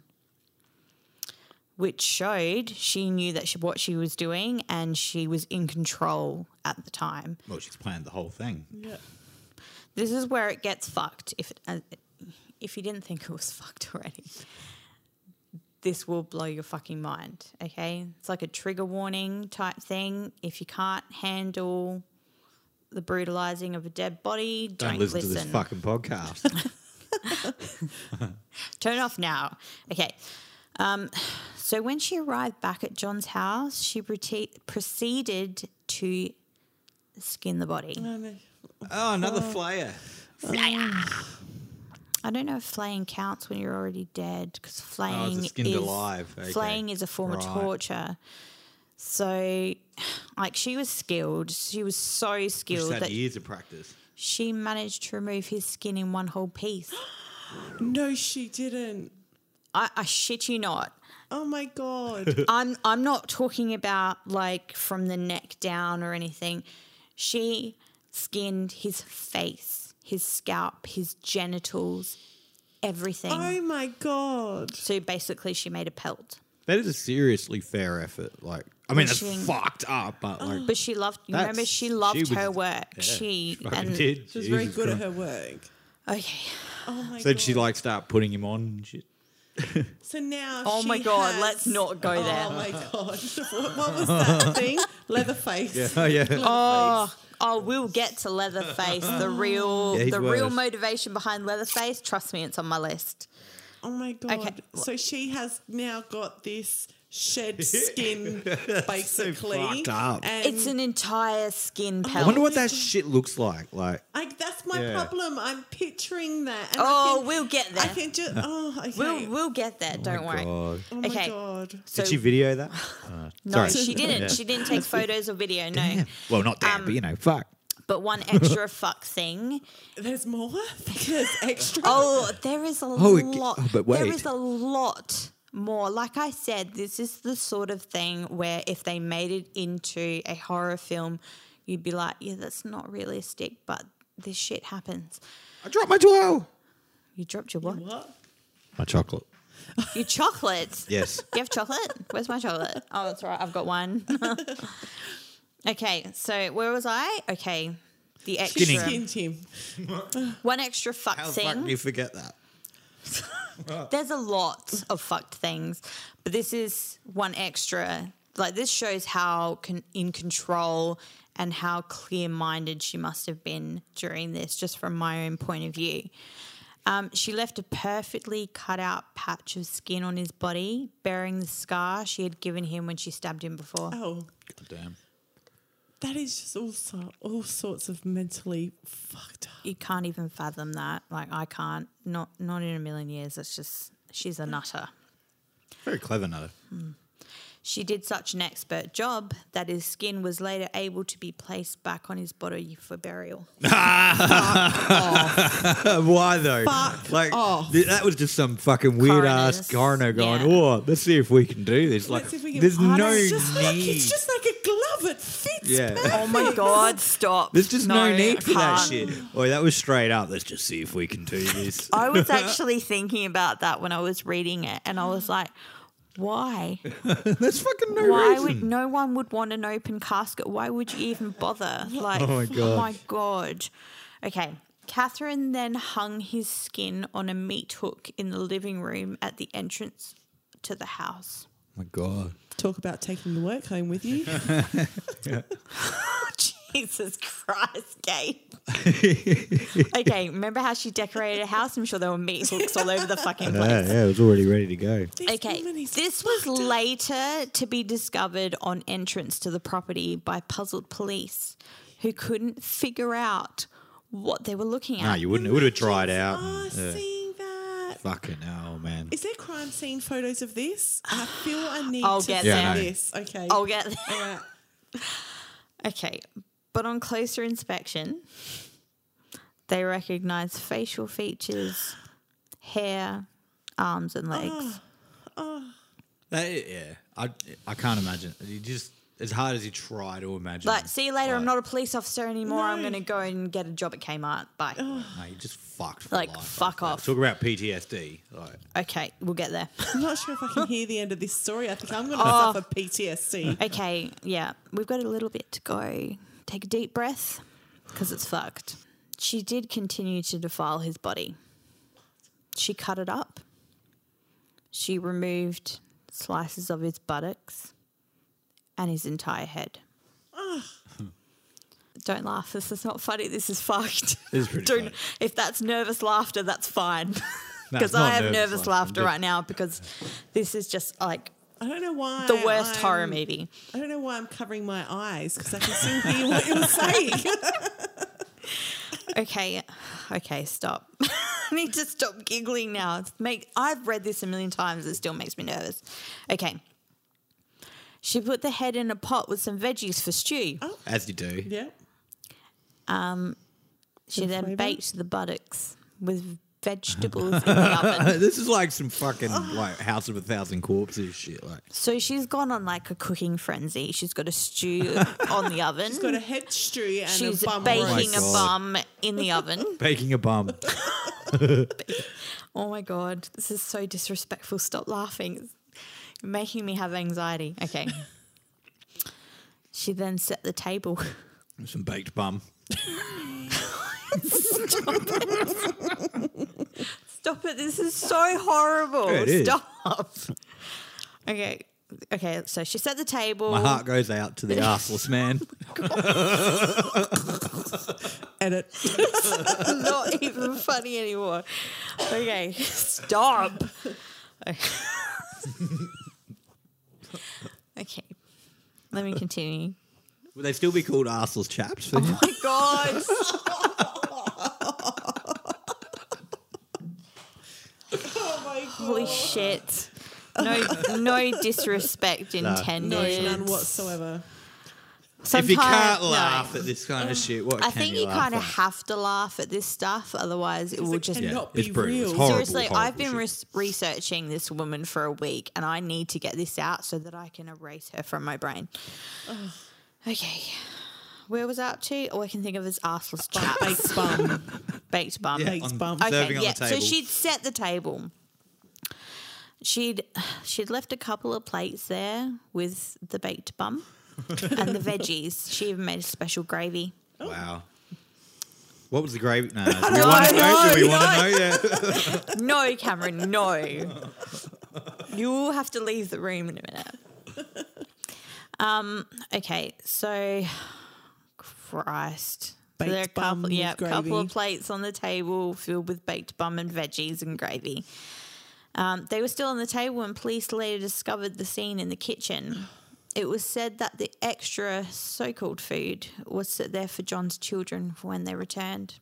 S1: which showed she knew that she, what she was doing and she was in control at the time.
S3: Well, she's planned the whole thing.
S2: Yeah.
S1: This is where it gets fucked. If uh, if you didn't think it was fucked already, this will blow your fucking mind. Okay, it's like a trigger warning type thing. If you can't handle the brutalizing of a dead body,
S3: Don't,
S1: don't,
S3: listen, to this fucking podcast.
S1: Turn off now. Okay. Um, so when she arrived back at John's house, she prote- proceeded to skin the body.
S3: oh, another flyer.
S1: I don't know if flaying counts when you're already dead because flaying
S3: Oh, skinned
S1: is
S3: alive. Okay.
S1: flaying is a form of
S3: Right.
S1: torture. So, like she was skilled. She was so
S3: She's
S1: skilled
S3: had
S1: that
S3: years of practice.
S1: she managed to remove his skin in one whole piece.
S2: No, she didn't.
S1: I, I shit you not.
S2: Oh my god.
S1: I'm I'm not talking about like from the neck down or anything. She skinned his face, his scalp, his genitals, everything.
S2: oh my god.
S1: So basically, she made a pelt.
S3: That is a seriously fair effort. Like, I mean, it's
S1: Wishing-
S3: fucked up, but
S2: Oh,
S3: like,
S1: But she loved. You remember,
S3: That's-
S1: she loved
S3: she was-
S1: her work.
S3: yeah,
S1: she
S3: fucking
S1: and
S3: did.
S2: She was very
S3: Jesus
S2: good at
S3: Christ.
S2: her work.
S1: okay.
S2: Oh my
S3: Said
S2: god.
S3: she like start putting him on. and shit.
S2: so now
S1: Oh my
S2: she
S1: god,
S2: has-
S1: let's not go
S2: Oh
S1: there.
S2: my god. What, what was that thing? Leatherface.
S3: Yeah, oh, yeah.
S1: Oh, oh, we'll get to Leatherface. The real,
S3: Yeah, he's
S1: the real
S3: worse.
S1: motivation behind Leatherface. Trust me, it's on my list.
S2: Oh my god.
S1: Okay.
S2: So she has now got this shed skin basically.
S3: fucked up.
S2: And
S1: It's an entire skin
S3: I
S1: pelt.
S3: wonder what that shit looks like. Like,
S2: like that's my
S3: Yeah.
S2: problem. I'm picturing that. And I
S1: oh,
S2: can-
S1: we'll get
S2: I
S1: there.
S2: can just oh okay.
S1: We'll we'll get there. Don't
S3: my
S1: worry.
S3: God.
S2: oh my
S1: okay.
S2: god.
S1: So
S3: Did she video that? Uh,
S1: no,
S3: sorry.
S1: she didn't.
S3: Yeah.
S1: She didn't take photos or video. No.
S3: Damn. Well, not damn,
S1: Um,
S3: but you know, fuck.
S1: But one extra fuck thing
S2: There's more. There's extra.
S1: Oh, there is a
S3: Oh, it ge-
S1: lot.
S3: oh, but
S1: There
S3: wait.
S1: is a lot more. Like I said, this is the sort of thing where if they made it into a horror film, you'd be like, yeah, that's not realistic, but this shit happens.
S3: I dropped my towel.
S1: You dropped your what?
S2: What?
S3: My chocolate.
S1: Your chocolate.
S3: Yes.
S1: You have chocolate? Where's my chocolate? Oh, that's all right. I've got one. okay, so where was I? Okay, the extra
S3: Skinning.
S2: Skinned him.
S1: one extra fuck
S3: How the
S1: thing.
S3: fuck do you forget that?
S1: There's a lot of fucked things, but this is one extra. Like this shows how con- in control and how clear-minded she must have been during this, just from my own point of view. Um, she left a perfectly cut out patch of skin on his body, bearing the scar she had given him when she stabbed him before.
S2: Oh.
S3: God damn.
S2: That is just also all sorts of mentally fucked up.
S1: You can't even fathom that. Like I can't. Not not in a million years. It's just she's a nutter.
S3: Very clever, no.
S1: She did such an expert job that his skin was later able to be placed back on his body for burial.
S3: Why though?
S2: Fuck Oh.
S3: like
S2: off.
S3: th- that was just some fucking weird ass
S1: Coroners.
S3: coroner going.
S1: Yeah.
S3: Oh, let's see if we can do this. Like,
S2: Let's see if we can-
S3: there's
S2: I don't-
S3: no
S2: it's just
S3: need.
S2: like, it's just like a glove. It fits.
S3: Yeah.
S2: perfect.
S1: Oh my God, stop.
S3: there's just no,
S1: I
S3: need for that
S1: can't.
S3: shit. Oh, that was straight up. Let's just see if we can do this.
S1: I was actually thinking about that when I was reading it, and I was like, why?
S3: There's fucking no
S1: Why
S3: reason.
S1: would no one would want an open casket? Why would you even bother? Like,
S3: Oh my
S1: oh
S3: God.
S1: my God. Okay. Catherine then hung his skin on a meat hook in the living room at the entrance to the house.
S3: my god.
S2: Talk about taking the work home with you.
S1: Jesus Christ, Gabe. okay, remember how she decorated her house? I'm sure there were meat hooks all over the fucking
S3: Yeah,
S1: place.
S3: yeah, it was already ready to go.
S2: This
S1: Okay,
S2: woman is
S1: this was later to be discovered on entrance to the property by puzzled police who couldn't figure out what they were looking
S3: No,
S1: at.
S3: you wouldn't. It would have dried out.
S2: Oh,
S3: Yeah.
S2: seeing that.
S3: Fucking hell, man.
S2: Is there crime scene photos of this? I feel I need
S1: I'll
S2: to
S1: get
S2: see
S3: Yeah, I know.
S2: this. Okay.
S1: I'll get there.
S2: All right.
S1: Okay, but on closer inspection, they recognise facial features, hair, arms, and legs.
S3: That, yeah, I I can't imagine. You just as hard as you try to imagine.
S4: Like, see you later. I'm
S3: like,
S4: not a police officer anymore. I'm going to go and get a job at Kmart. Bye.
S3: No, you just fucked. For
S4: Like,
S3: life
S4: fuck
S3: after that.
S4: off.
S3: Talk about PTSD. Like,
S4: Okay, we'll get there.
S2: I'm not sure if I can hear the end of this story. I think I'm going to
S1: Oh.
S2: suffer PTSD.
S4: okay,
S1: Yeah, we've got a little bit to go. Take a deep breath because it's fucked. She did continue to defile his body. She cut it up. She removed slices of his buttocks and his entire head. Don't laugh. This is not funny. This is fucked.
S3: This is pretty
S1: Don't-
S3: funny.
S1: If that's nervous laughter, that's fine.
S3: No,
S1: Because
S3: it's not
S1: I have nervous,
S3: nervous laughter.
S1: laughter right now because this is just like
S2: I don't know why.
S1: the worst
S2: I'm-
S1: horror movie.
S2: I don't know why I'm covering my eyes because I can still hear what you're saying.
S1: Okay, okay, stop. I need to stop giggling now. It's Make I've read this a million times. It still makes me nervous. Okay. She put the head in a pot with some veggies for stew.
S2: Oh,
S3: as you do.
S2: yep.
S1: she then
S2: flavour?
S1: baked the buttocks with vegetables in the oven.
S3: This is like some fucking like House of a Thousand Corpses shit. Like,
S1: So she's gone on like a cooking frenzy. She's got a stew on the oven. She's,
S2: Got a head stew and a bum
S1: baking
S3: roast.
S1: a
S3: Oh my
S1: bum in the oven.
S3: baking a bum.
S1: Oh my god, this is so disrespectful. Stop laughing. It's making me have anxiety. Okay. she then set the table.
S3: Some baked bum.
S1: Stop it. This is so horrible.
S3: Yeah, it is.
S1: Stop. okay. Okay, so she set the table.
S3: My heart goes out to the arseless man.
S2: Edit.
S1: Not even funny anymore. Okay, stop. okay, let me continue. Oh
S3: Would they still be called arseless chaps? For him?
S1: my god.
S2: Oh
S3: Oh.
S1: Holy shit. No no disrespect intended.
S2: No, none whatsoever.
S3: if you
S1: Sometimes-
S3: can't
S1: no.
S3: laugh at this kind of shit, what
S1: I
S3: can
S1: think
S3: you,
S1: you
S3: laugh
S1: kind of
S3: at?
S1: have to laugh at this stuff, otherwise it will
S2: it
S1: just.
S2: can-
S3: Yeah,
S2: Not
S3: it's
S2: be
S3: brutal. It's
S2: real.
S3: horrible,
S1: Seriously,
S3: horrible
S1: I've been
S3: shit.
S1: res- researching this woman for a week, and I need to get this out so that I can erase her from my brain. Okay, where was I up to? All I can think of is arseless chaps,
S2: Baked bum.
S1: baked bum.
S3: Yeah,
S2: baked
S3: on-
S2: bum.
S3: serving
S1: Okay,
S3: on
S1: yeah.
S3: the table.
S1: So she'd set the table. She'd she'd left a couple of plates there with the baked bum and the veggies. She even made a special gravy.
S3: Wow. What was the grave? No, do we want to
S1: no,
S3: know? Do we want
S1: Oh, no.
S3: to know? Yeah.
S1: No, Cameron, no. You will have to leave the room in a minute. Um, okay, so Christ. So
S2: Baked
S1: there are a
S2: bum
S1: couple,
S2: with
S1: yeah, couple
S2: gravy.
S1: of plates on the table filled with baked bum and veggies and gravy. Um, they were still on the table when police later discovered the scene in the kitchen. It was said that the extra so called food was set there for John's children for when they returned.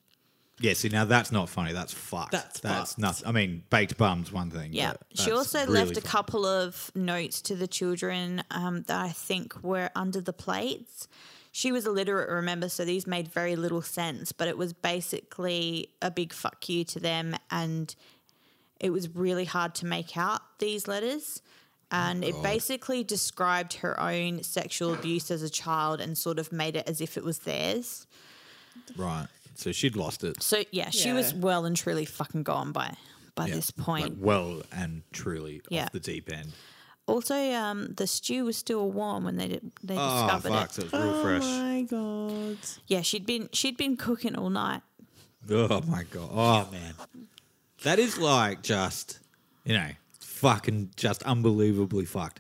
S3: Yeah, see, now that's not funny. That's fucked.
S2: That's fucked.
S3: nothing. I mean, baked bum's one thing.
S1: Yeah.
S3: but
S1: She
S3: that's
S1: also
S3: really
S1: left a
S3: fucked.
S1: couple of notes to the children um, that I think were under the plates. She was illiterate, remember, so these made very little sense, but it was basically a big fuck you to them. And it was really hard to make out these letters.
S3: Oh,
S1: And it basically described her own sexual abuse as a child and sort of made it as if it was theirs.
S3: Right. So she'd lost it.
S1: So, yeah, she was
S2: Yeah.
S1: well and truly fucking gone by. By
S3: Yeah.
S1: this point,
S3: Like, well and truly
S1: Yeah.
S3: off the deep end.
S1: Also, um, the stew was still warm when they did, they
S3: Oh,
S1: discovered
S3: fuck.
S1: it.
S3: So it's real fresh.
S2: My God.
S1: Yeah, she'd been she'd been cooking all night.
S3: Oh, my God. Oh, man. That is like just, you know, fucking just unbelievably fucked.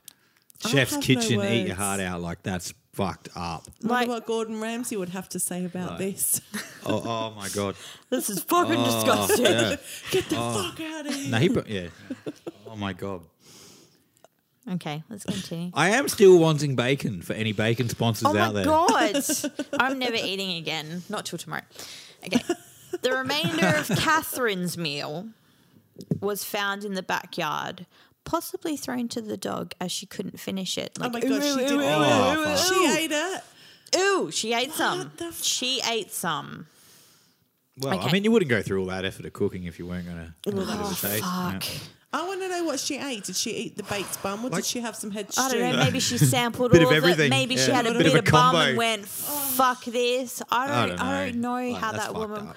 S2: have
S3: Chef's
S2: no
S3: kitchen, eat your
S2: words.
S3: heart out. Like, that's oh fucked up.
S2: Wonder
S1: Like
S2: what Gordon Ramsay would have to say about this.
S3: oh, oh, my God.
S1: this is fucking disgusting.
S3: Ah, Yeah.
S2: Get the fuck out of here.
S3: Oh. No, he, pro- yeah. Oh, my God.
S1: Okay, let's continue.
S3: I am still wanting bacon for any bacon sponsors
S1: oh my
S3: out there.
S1: god, I'm never eating again. Not till tomorrow. Okay, the remainder of Catherine's meal was found in the backyard, possibly thrown to the dog as she couldn't finish it.
S2: Oh
S1: Like,
S2: my God, she did.
S3: Oh, fuck.
S2: She ate it.
S1: ooh, she ate some.
S2: the f-
S1: she ate some.
S3: Well, I
S1: Okay.
S3: mean, you wouldn't go through all that effort of cooking if you weren't going to.
S1: Oh, fuck.
S2: I want to know what she ate. Did she eat the baked bum or
S4: Like-
S2: did she have some head stew?
S1: I don't know. Maybe she sampled all
S4: Bit of
S1: of, it.
S4: everything,
S1: Maybe she
S4: yeah.
S1: had a
S2: Bit
S1: bit,
S2: of
S4: a
S1: of bum
S4: combo.
S1: and went, "Fuck this." I don't. I don't know,
S4: Like,
S1: how
S4: that's
S1: that
S4: fucked
S1: woman.
S4: up.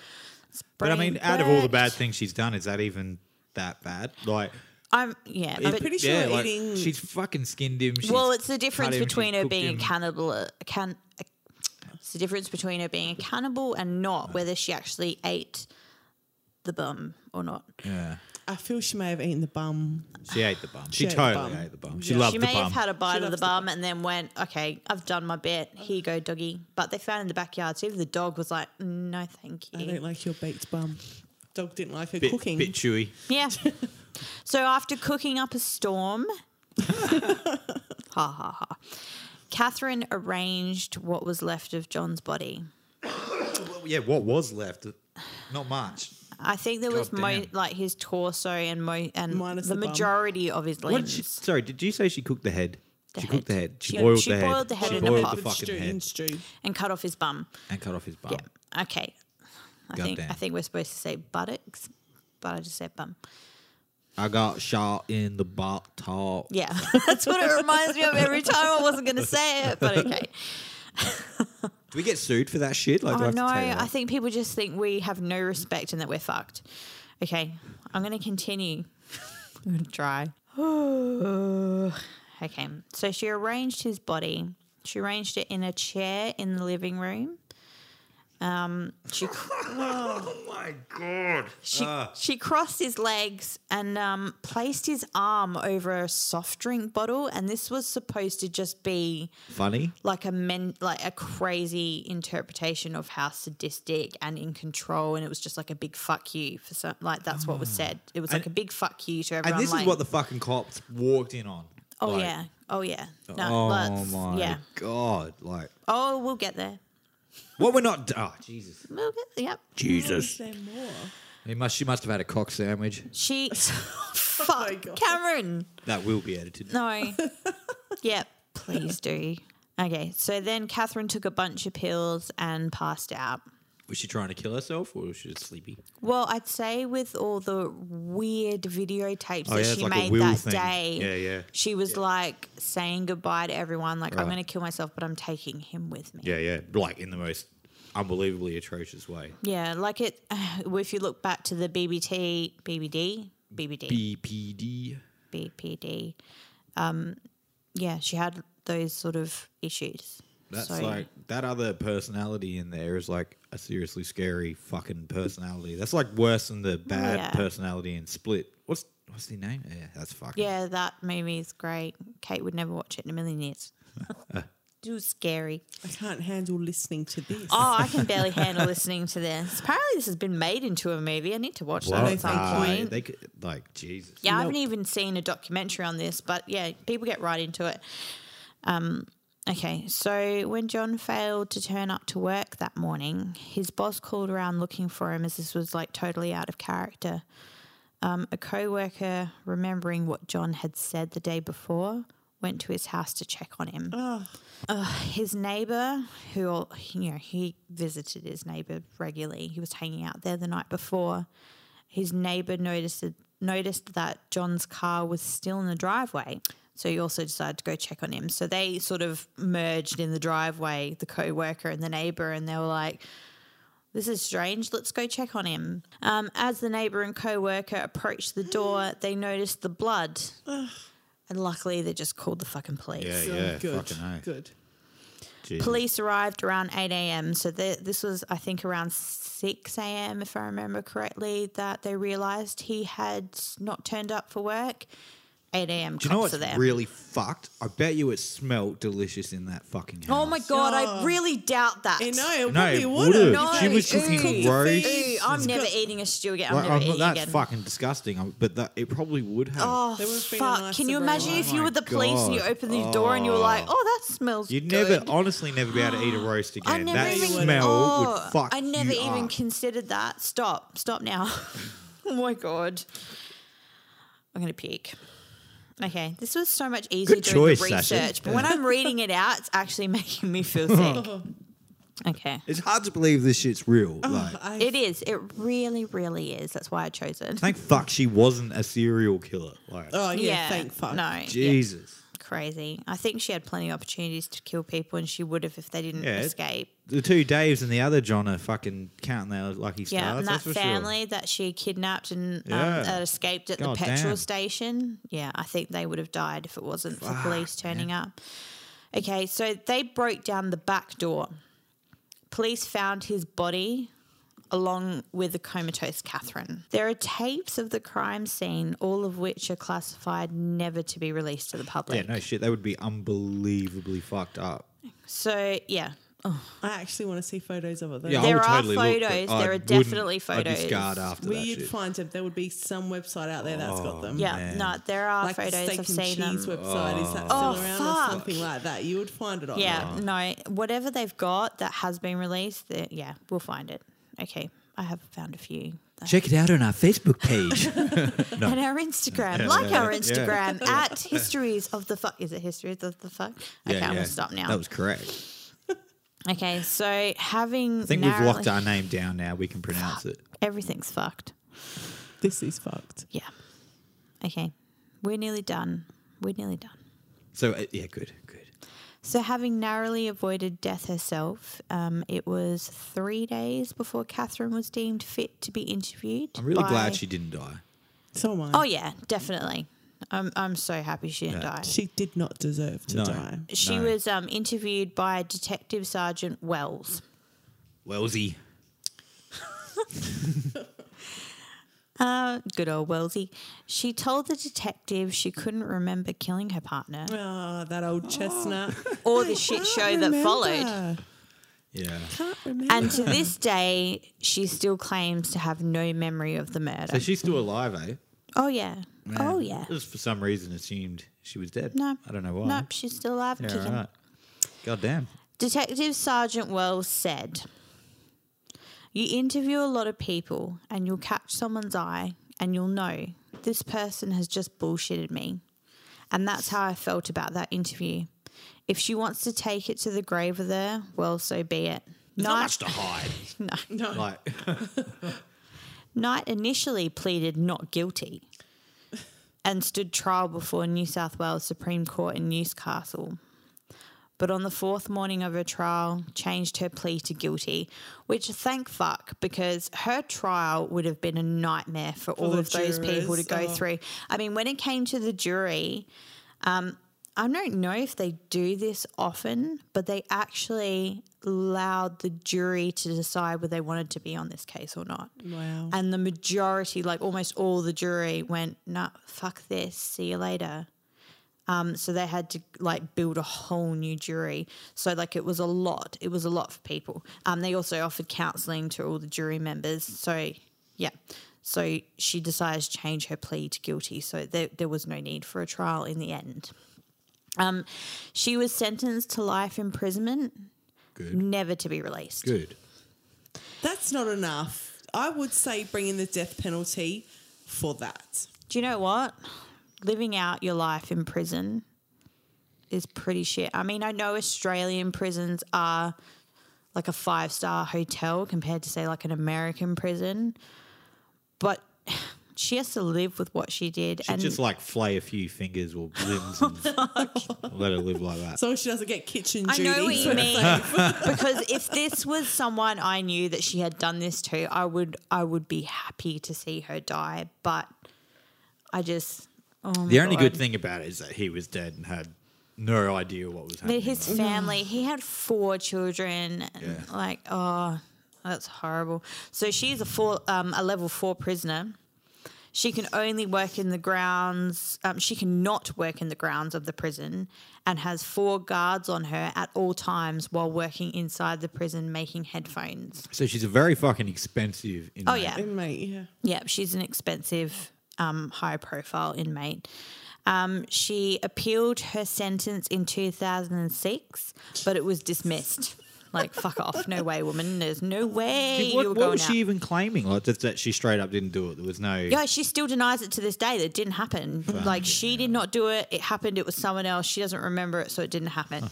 S4: But I mean, out of all the bad
S1: brain
S4: things she's done, is that even that bad? Like,
S1: worked. I'm yeah.
S2: I'm
S1: but-
S2: pretty sure
S4: yeah, like,
S2: eating.
S4: she's fucking skinned him. She's
S1: well, it's the
S4: cut
S1: difference
S4: him, she's
S1: between her
S4: cooked
S1: being
S4: him.
S1: a cannibal, a can. A, it's the difference between her being a cannibal and not whether she actually ate the bum or not.
S4: Yeah,
S2: I feel she may have eaten the bum.
S4: she ate the bum. She,
S2: ate the
S4: totally
S2: bum.
S4: ate the bum. She
S2: Yeah.
S4: loved
S1: She
S4: the
S1: may
S4: bum.
S1: have had a bite of
S2: loves
S1: the
S2: the bum.
S1: bum and then went, okay, I've done my bit. Here you go, doggy. But they found in the backyard. So even the dog was like, no, thank
S2: I don't
S1: you.
S2: like your baked bum. Dog didn't like her
S4: bit,
S2: cooking.
S4: bit chewy.
S1: Yeah. so after cooking up a storm, ha ha ha, Catherine arranged what was left of John's body.
S4: Well, yeah, what was left? Not much.
S1: I think there was
S4: God
S1: mo-
S4: damn.
S1: like his torso and mo- and
S2: Minus
S1: the,
S2: the bum.
S1: majority of his
S4: What did she,
S1: limbs.
S4: sorry, did you say she cooked the head? she cooked the
S1: head.
S4: head. She,
S1: She-
S4: boiled
S1: she
S4: the head.
S1: boiled the head
S4: she
S1: in a
S4: boiled
S1: pot.
S4: the fucking
S2: stew, in
S4: head
S2: stew.
S1: and cut off his bum.
S4: and cut off his bum.
S1: Yeah. Okay. I think
S4: Goddamn.
S1: I think we're supposed to say buttocks, but I just said bum.
S4: I got shot in the bathtub.
S1: Yeah, that's what it reminds me of every time. I wasn't going to say it, but okay.
S4: Do we get sued for that shit? Like, do
S1: Oh
S4: I have to
S1: no,
S4: tell you
S1: I
S4: that?
S1: think people just think we have no respect and that we're fucked. Okay, I'm going to continue. I'm going to try. okay, so she arranged his body. She arranged it in a chair in the living room. Um, she
S4: Oh my god. Ah.
S1: She, she crossed his legs and um, placed his arm over a soft drink bottle, and this was supposed to just be
S4: Funny.
S1: like a men, like a crazy interpretation of how sadistic and in control, and it was just like a big fuck you for some. Like that's what was said. It was like a big fuck you to everyone.
S4: Mm. And this
S1: like,
S4: is what the fucking cops walked in on.
S1: Oh
S4: Like,
S1: yeah. Oh yeah. No.
S4: Oh
S1: let's-
S4: my
S1: Yeah.
S4: god. Like,
S1: Oh, we'll get there.
S4: what we're not. Oh Jesus.
S1: We'll get there. Yep.
S4: Jesus.
S2: Is there more?
S4: He must. She must have had a cock sandwich.
S1: She.
S4: Oh
S1: fuck,
S2: God.
S1: Cameron.
S4: That will be edited.
S1: No. yep. Please do. Okay. So then Catherine took a bunch of pills and passed out.
S4: Was she trying to kill herself or was she just sleepy?
S1: Well, I'd say with all the weird videotapes
S4: Oh,
S1: that
S4: yeah, it's
S1: she
S4: like a
S1: made
S4: will
S1: that
S4: thing.
S1: day,
S4: Yeah, yeah.
S1: she was like saying goodbye to everyone, like, I'm
S4: Right.
S1: going to kill myself, but I'm taking him with me.
S4: Yeah, yeah. Like in the most unbelievably atrocious way.
S1: Yeah, like it, if you look back to the BBT, BBD, BBD.
S4: BPD.
S1: BPD. Um, yeah, she had those sort of issues.
S4: That's
S1: So-
S4: like that other personality in there is like a seriously scary fucking personality. That's like worse than the bad
S1: Yeah.
S4: personality in Split. What's what's the name? Yeah, that's fucking.
S1: Yeah, that movie is great. Kate would never watch it in a million years. Too scary.
S2: I can't handle listening to this.
S1: Oh, I can barely handle listening to this. Apparently, this has been made into a movie. I need to watch that
S4: What?
S1: at some
S4: Nah,
S1: point.
S4: They could, like Jesus.
S1: yeah, I haven't even seen a documentary on this, but yeah, people get right into it. Um, okay, so when John failed to turn up to work that morning, his boss called around looking for him as this was like totally out of character. Um, a co worker, remembering what John had said the day before, went to his house to check on him. his neighbor, who al- you know he visited his neighbor regularly, he was hanging out there the night before. His neighbor noticed noticed that John's car was still in the driveway, so he also decided to go check on him. So they sort of merged in the driveway, the co-worker and the neighbor, and they were like. This is strange. Let's go check on him. Um, as the neighbor and co worker approached the door, they noticed the blood. and luckily, they just called the fucking police.
S4: Yeah,
S2: So
S4: yeah.
S2: good.
S4: Fucking hell.
S2: Good.
S4: Jesus.
S1: Police arrived around 8 a.m. So the, this was, I think, around 6 a.m., if I remember correctly, that they realized he had not turned up for work. 8 a.m.
S4: Do you know
S1: cops
S4: what's
S1: are there.
S4: really fucked? I bet you it smelled delicious in that fucking house.
S1: oh my God, I
S2: Oh.
S1: really doubt that.
S2: You know, it
S4: No,
S2: probably
S4: it
S2: would have.
S4: would've. No, She was cooking roast.
S1: Ooh, I'm never eating a stew again. I'm
S4: Like,
S1: never
S4: I'm-
S1: eating
S4: um, that's
S1: again.
S4: fucking disgusting. I'm- but that it probably would have.
S1: Oh,
S2: There would've been a
S1: fuck.
S2: nice
S1: Can you
S2: aroma.
S1: imagine if
S4: Oh
S1: you
S4: my
S1: were the police and you
S4: God.
S1: opened the door and you were like, oh, that smells
S4: You'd
S1: good.
S4: never, honestly, never be able to eat a roast
S1: I
S4: again.
S1: never
S4: That
S1: even,
S4: smell
S1: oh,
S4: would fuck
S1: I never
S4: you
S1: even
S4: up.
S1: considered that. Stop. Stop now. oh my god. I'm gonna puke. Okay, this was so much easier
S4: Good
S1: doing
S4: choice,
S1: the
S4: Sasha.
S1: research, but when I'm reading it out, it's actually making me feel sick. Okay.
S3: It's hard to believe this shit's real.
S1: Oh,
S3: like,
S2: I,
S1: It is. It really, really is. That's why I chose it.
S3: thank fuck she wasn't a serial killer. Like,
S2: oh yeah, thank fuck.
S1: No. yeah,
S3: Jesus.
S1: crazy. I think she had plenty of opportunities to kill people and she would have if they didn't
S3: Yeah.
S1: escape.
S3: The two Daves and the other John are fucking counting their lucky stars.
S1: Yeah, and that
S3: that's for
S1: family that she kidnapped and
S3: Yeah.
S1: um, that escaped at
S3: God
S1: the petrol
S3: damn.
S1: station. Yeah, I think they would have died if it wasn't for police turning up. Okay, so they broke down the back door. Police found his body along with the comatose Catherine. There are tapes of the crime scene, all of which are classified never to be released to the
S3: sure. Yeah,
S1: public.
S3: no shit. They would be unbelievably fucked up.
S1: So, yeah,
S2: I actually want to see photos of it. Though.
S3: Yeah,
S1: There
S3: I would
S1: are
S3: totally look, but
S1: photos.
S3: I
S1: There are
S3: wouldn't-
S1: definitely
S3: I'd
S1: photos.
S3: be scarred after that
S2: We'd
S3: shit.
S2: find them. There would be some website out there that's
S4: Oh.
S2: got them.
S1: yeah,
S3: Man.
S1: no, there are
S2: Like the
S1: photos.
S2: steak
S1: I've
S2: and
S1: seen them.
S2: cheese website. Is that still
S1: Oh,
S2: around
S1: fuck.
S2: or something like that? You would find it on
S1: Yeah, no, whatever they've got that has been released, th- yeah, we'll find it. Okay, I have found a few.
S3: Check it out on our Facebook page.
S1: And our Instagram, like our
S3: yeah.
S1: Instagram at histories of the fuck. Is it histories of the fuck? Okay, I'm gonna stop now.
S3: That was correct.
S1: okay, so having
S3: I think
S1: narrowly-
S3: we've locked our name down now. We can pronounce it.
S1: everything's fucked.
S2: This is fucked.
S1: Yeah. Okay, we're nearly done. We're nearly done.
S3: So, uh, yeah, good, good.
S1: So, having narrowly avoided death herself, um, it was three days before Catherine was deemed fit to be interviewed.
S3: I'm really
S1: by-
S3: glad she didn't die.
S2: So am I.
S1: Oh yeah, definitely. I'm I'm so happy she didn't die.
S2: She did not deserve to
S3: No.
S2: die.
S1: She
S3: No.
S1: was um, interviewed by Detective Sergeant Wells.
S3: Wellsy.
S1: Uh, good old Wellsy. She told the detective she couldn't remember killing her partner
S2: Oh, that old chestnut.
S1: or the shit show that followed.
S3: Yeah.
S2: Can't remember.
S1: And to this day, she still claims to have no memory of the murder.
S3: So she's still alive, eh?
S1: oh yeah. Oh yeah.
S3: I Just for some reason assumed she was dead.
S1: No.
S3: I don't know why.
S1: Nope, she's still alive.
S3: Yeah,
S1: kicking.
S3: right. God damn.
S1: Detective Sergeant Wells said, You interview a lot of people and you'll catch someone's eye and you'll know this person has just bullshitted me. And that's how I felt about that interview. If she wants to take it to the grave with her, well, so be it.
S3: Not
S1: Knight,
S3: much to hide.
S2: no.
S3: Like,
S1: Knight initially pleaded not guilty and stood trial before New South Wales Supreme Court in Newcastle. But on the fourth morning of her trial, changed her plea to guilty, which thank fuck, because her trial would have been a nightmare for, all
S2: the
S1: of those people to
S2: jurors,
S1: go
S2: oh.
S1: through. I mean, when it came to the jury, um, I don't know if they do this often, but they actually allowed the jury to decide whether they wanted to be on this case or not.
S2: Wow.
S1: And the majority, like almost all the jury, went, nah, fuck this, see you later. Um, so they had to like build a whole new jury. So like it was a lot. It was a lot for people. Um, they also offered counselling to all the jury members. So yeah. So she decides to change her plea to guilty. So there, there was no need for a trial in the end. Um, she was sentenced to life imprisonment,
S3: good.
S1: never to be released.
S3: Good.
S2: That's not enough. I would say bring in the death penalty for that.
S1: do you know what? Living out your life in prison is pretty shit. I mean, I know Australian prisons are like a five star hotel compared to, say, like an American prison, but she has to live with what she did.
S3: Should
S1: and
S3: just like flay a few fingers or limbs and let her live like that.
S2: So she doesn't get kitchen
S1: I
S2: duty.
S1: know what
S2: so
S1: you
S2: it's
S1: mean
S2: like-
S1: because if this was someone I knew that she had done this to, I would I would be happy to see her die. But I just oh my
S3: the only
S1: God.
S4: um,
S3: good thing about it is that he was dead and had no idea what was
S1: But
S3: happening.
S1: his family, he had four children. and
S3: Yeah.
S1: Like, oh, that's horrible. So she's a four, um, a level four prisoner. She can only work in the grounds. Um, she cannot work in the grounds of the prison, and has four guards on her at all times while working inside the prison making headphones.
S3: so she's a very fucking expensive. Inmate.
S1: Oh yeah,
S2: Mate, yeah.
S1: yeah, she's an expensive, um, high profile inmate. Um, she appealed her sentence in 2006, but it was dismissed. Like, fuck off. No way, woman. There's no way
S3: Dude, What,
S1: you're
S3: what
S1: going
S3: was
S1: out.
S3: she even claiming? Like that, that she straight up didn't do it. There was no.
S1: yeah, she still denies it to this day that it didn't happen. Like, she did not do it. It happened. It was someone else. She doesn't remember it, so it didn't happen.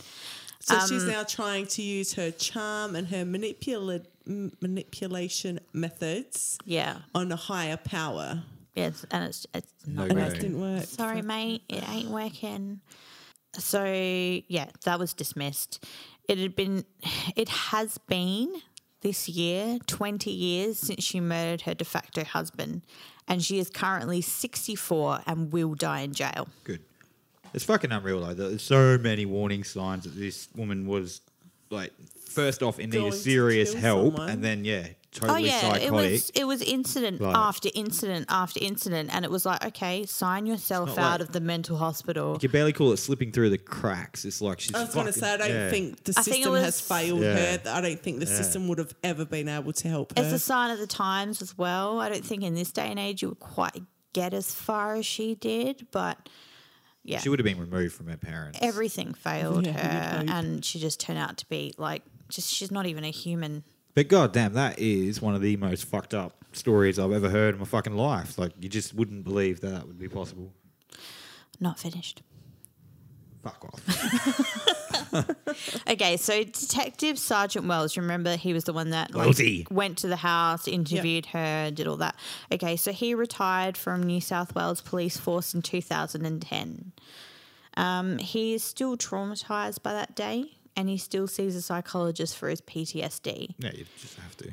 S2: So she's now trying to use her charm and her manipula- m- manipulation methods
S1: Yeah.
S2: on a higher power.
S1: Yes, and it's, it's
S4: No
S1: not
S4: way.
S2: That didn't work.
S1: Sorry, mate, it ain't working. So yeah, that was dismissed. It had been, it has been this year twenty years since she murdered her de facto husband, and she is currently sixty four and will die in jail.
S4: Good. It's fucking unreal though. There's so many warning signs that this woman was like first off in need
S2: Going
S4: of
S2: to
S4: serious
S2: kill
S4: help,
S2: someone.
S4: and then yeah,
S1: Oh
S4: totally
S1: yeah,
S4: psychotic.
S1: it was it was incident
S4: Like-
S1: after incident after incident, and it was like, okay, sign yourself
S4: not
S1: out
S4: like-
S1: of the mental hospital.
S4: you can barely call it slipping through the cracks. It's like she's.
S2: I was going to
S4: fucking-
S2: say, I don't
S4: yeah.
S2: think the
S1: I
S2: system
S1: think it
S2: has
S1: was-
S2: failed
S4: Yeah.
S2: her. I don't think the system would have ever been able to help
S1: It's
S2: her.
S1: a sign of the times as well. I don't think in this day and age you would quite get as far as she did, but yeah,
S4: she would have been removed from her parents.
S1: everything failed
S2: Yeah,
S1: her,
S2: you'd hope.
S1: and she just turned out to be like just she's not even a human.
S4: but goddamn, that is one of the most fucked up stories I've ever heard in my fucking life. Like you just wouldn't believe that that would be possible.
S1: Not finished.
S4: Fuck off.
S1: Okay, so Detective Sergeant Wells, remember he was the one that like,
S4: Wellsy.
S1: went to the house, interviewed her, did all that. Okay, so he retired from New South Wales Police Force in 2010. Um, he is still traumatized by that day and he still sees a psychologist for his PTSD.
S4: no, you just have to.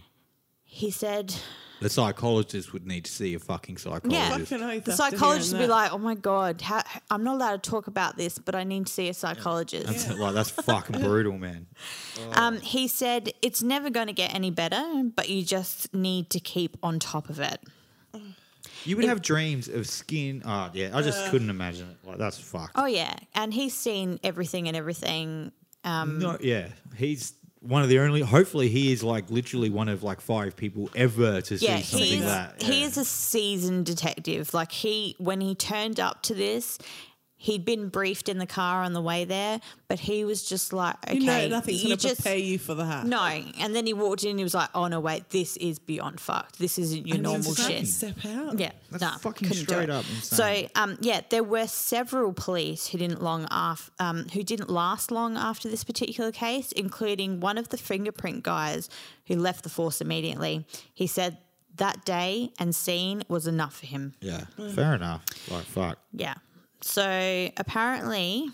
S1: He said
S4: The psychologist would need to see a fucking psychologist.
S2: Fucking oath
S1: the
S2: after hearing
S1: psychologist would be
S2: that.
S1: like, oh my God, how, I'm not allowed to talk about this, but I need to see a psychologist.
S4: That's, like that's fucking brutal, man.
S1: Um, he said, It's never going to get any better, but you just need to keep on top of it.
S4: You would have dreams of skin. Oh, yeah. I just couldn't imagine it. Like, that's fucked.
S1: Oh, yeah. And he's seen everything and everything. Um,
S4: no, yeah. He's one of the only. Hopefully, he is like literally one of like five people ever to
S1: yeah,
S4: see something
S1: he is,
S4: like that.
S1: he
S4: yeah.
S1: is a seasoned detective. Like, he, when he turned up to this, he'd been briefed in the car on the way there, but he was just like, okay,
S2: you know, nothing's
S1: you
S2: going to
S1: just-
S2: prepare you for that.
S1: No, and then he walked in and he was like, "Oh no, wait, this is beyond fucked. This isn't your
S2: And then
S1: normal
S2: just
S1: shit."
S2: Step out.
S1: Yeah,
S4: That's
S1: nah,
S4: fucking
S1: couldn't do it.
S4: straight up
S1: So,
S4: insane.
S1: um, yeah, there were several police who didn't long af- um, who didn't last long after this particular case, including one of the fingerprint guys who left the force immediately. He said that day and scene was enough for him.
S4: Yeah. Fair enough. Like, fuck.
S1: Yeah. So apparently,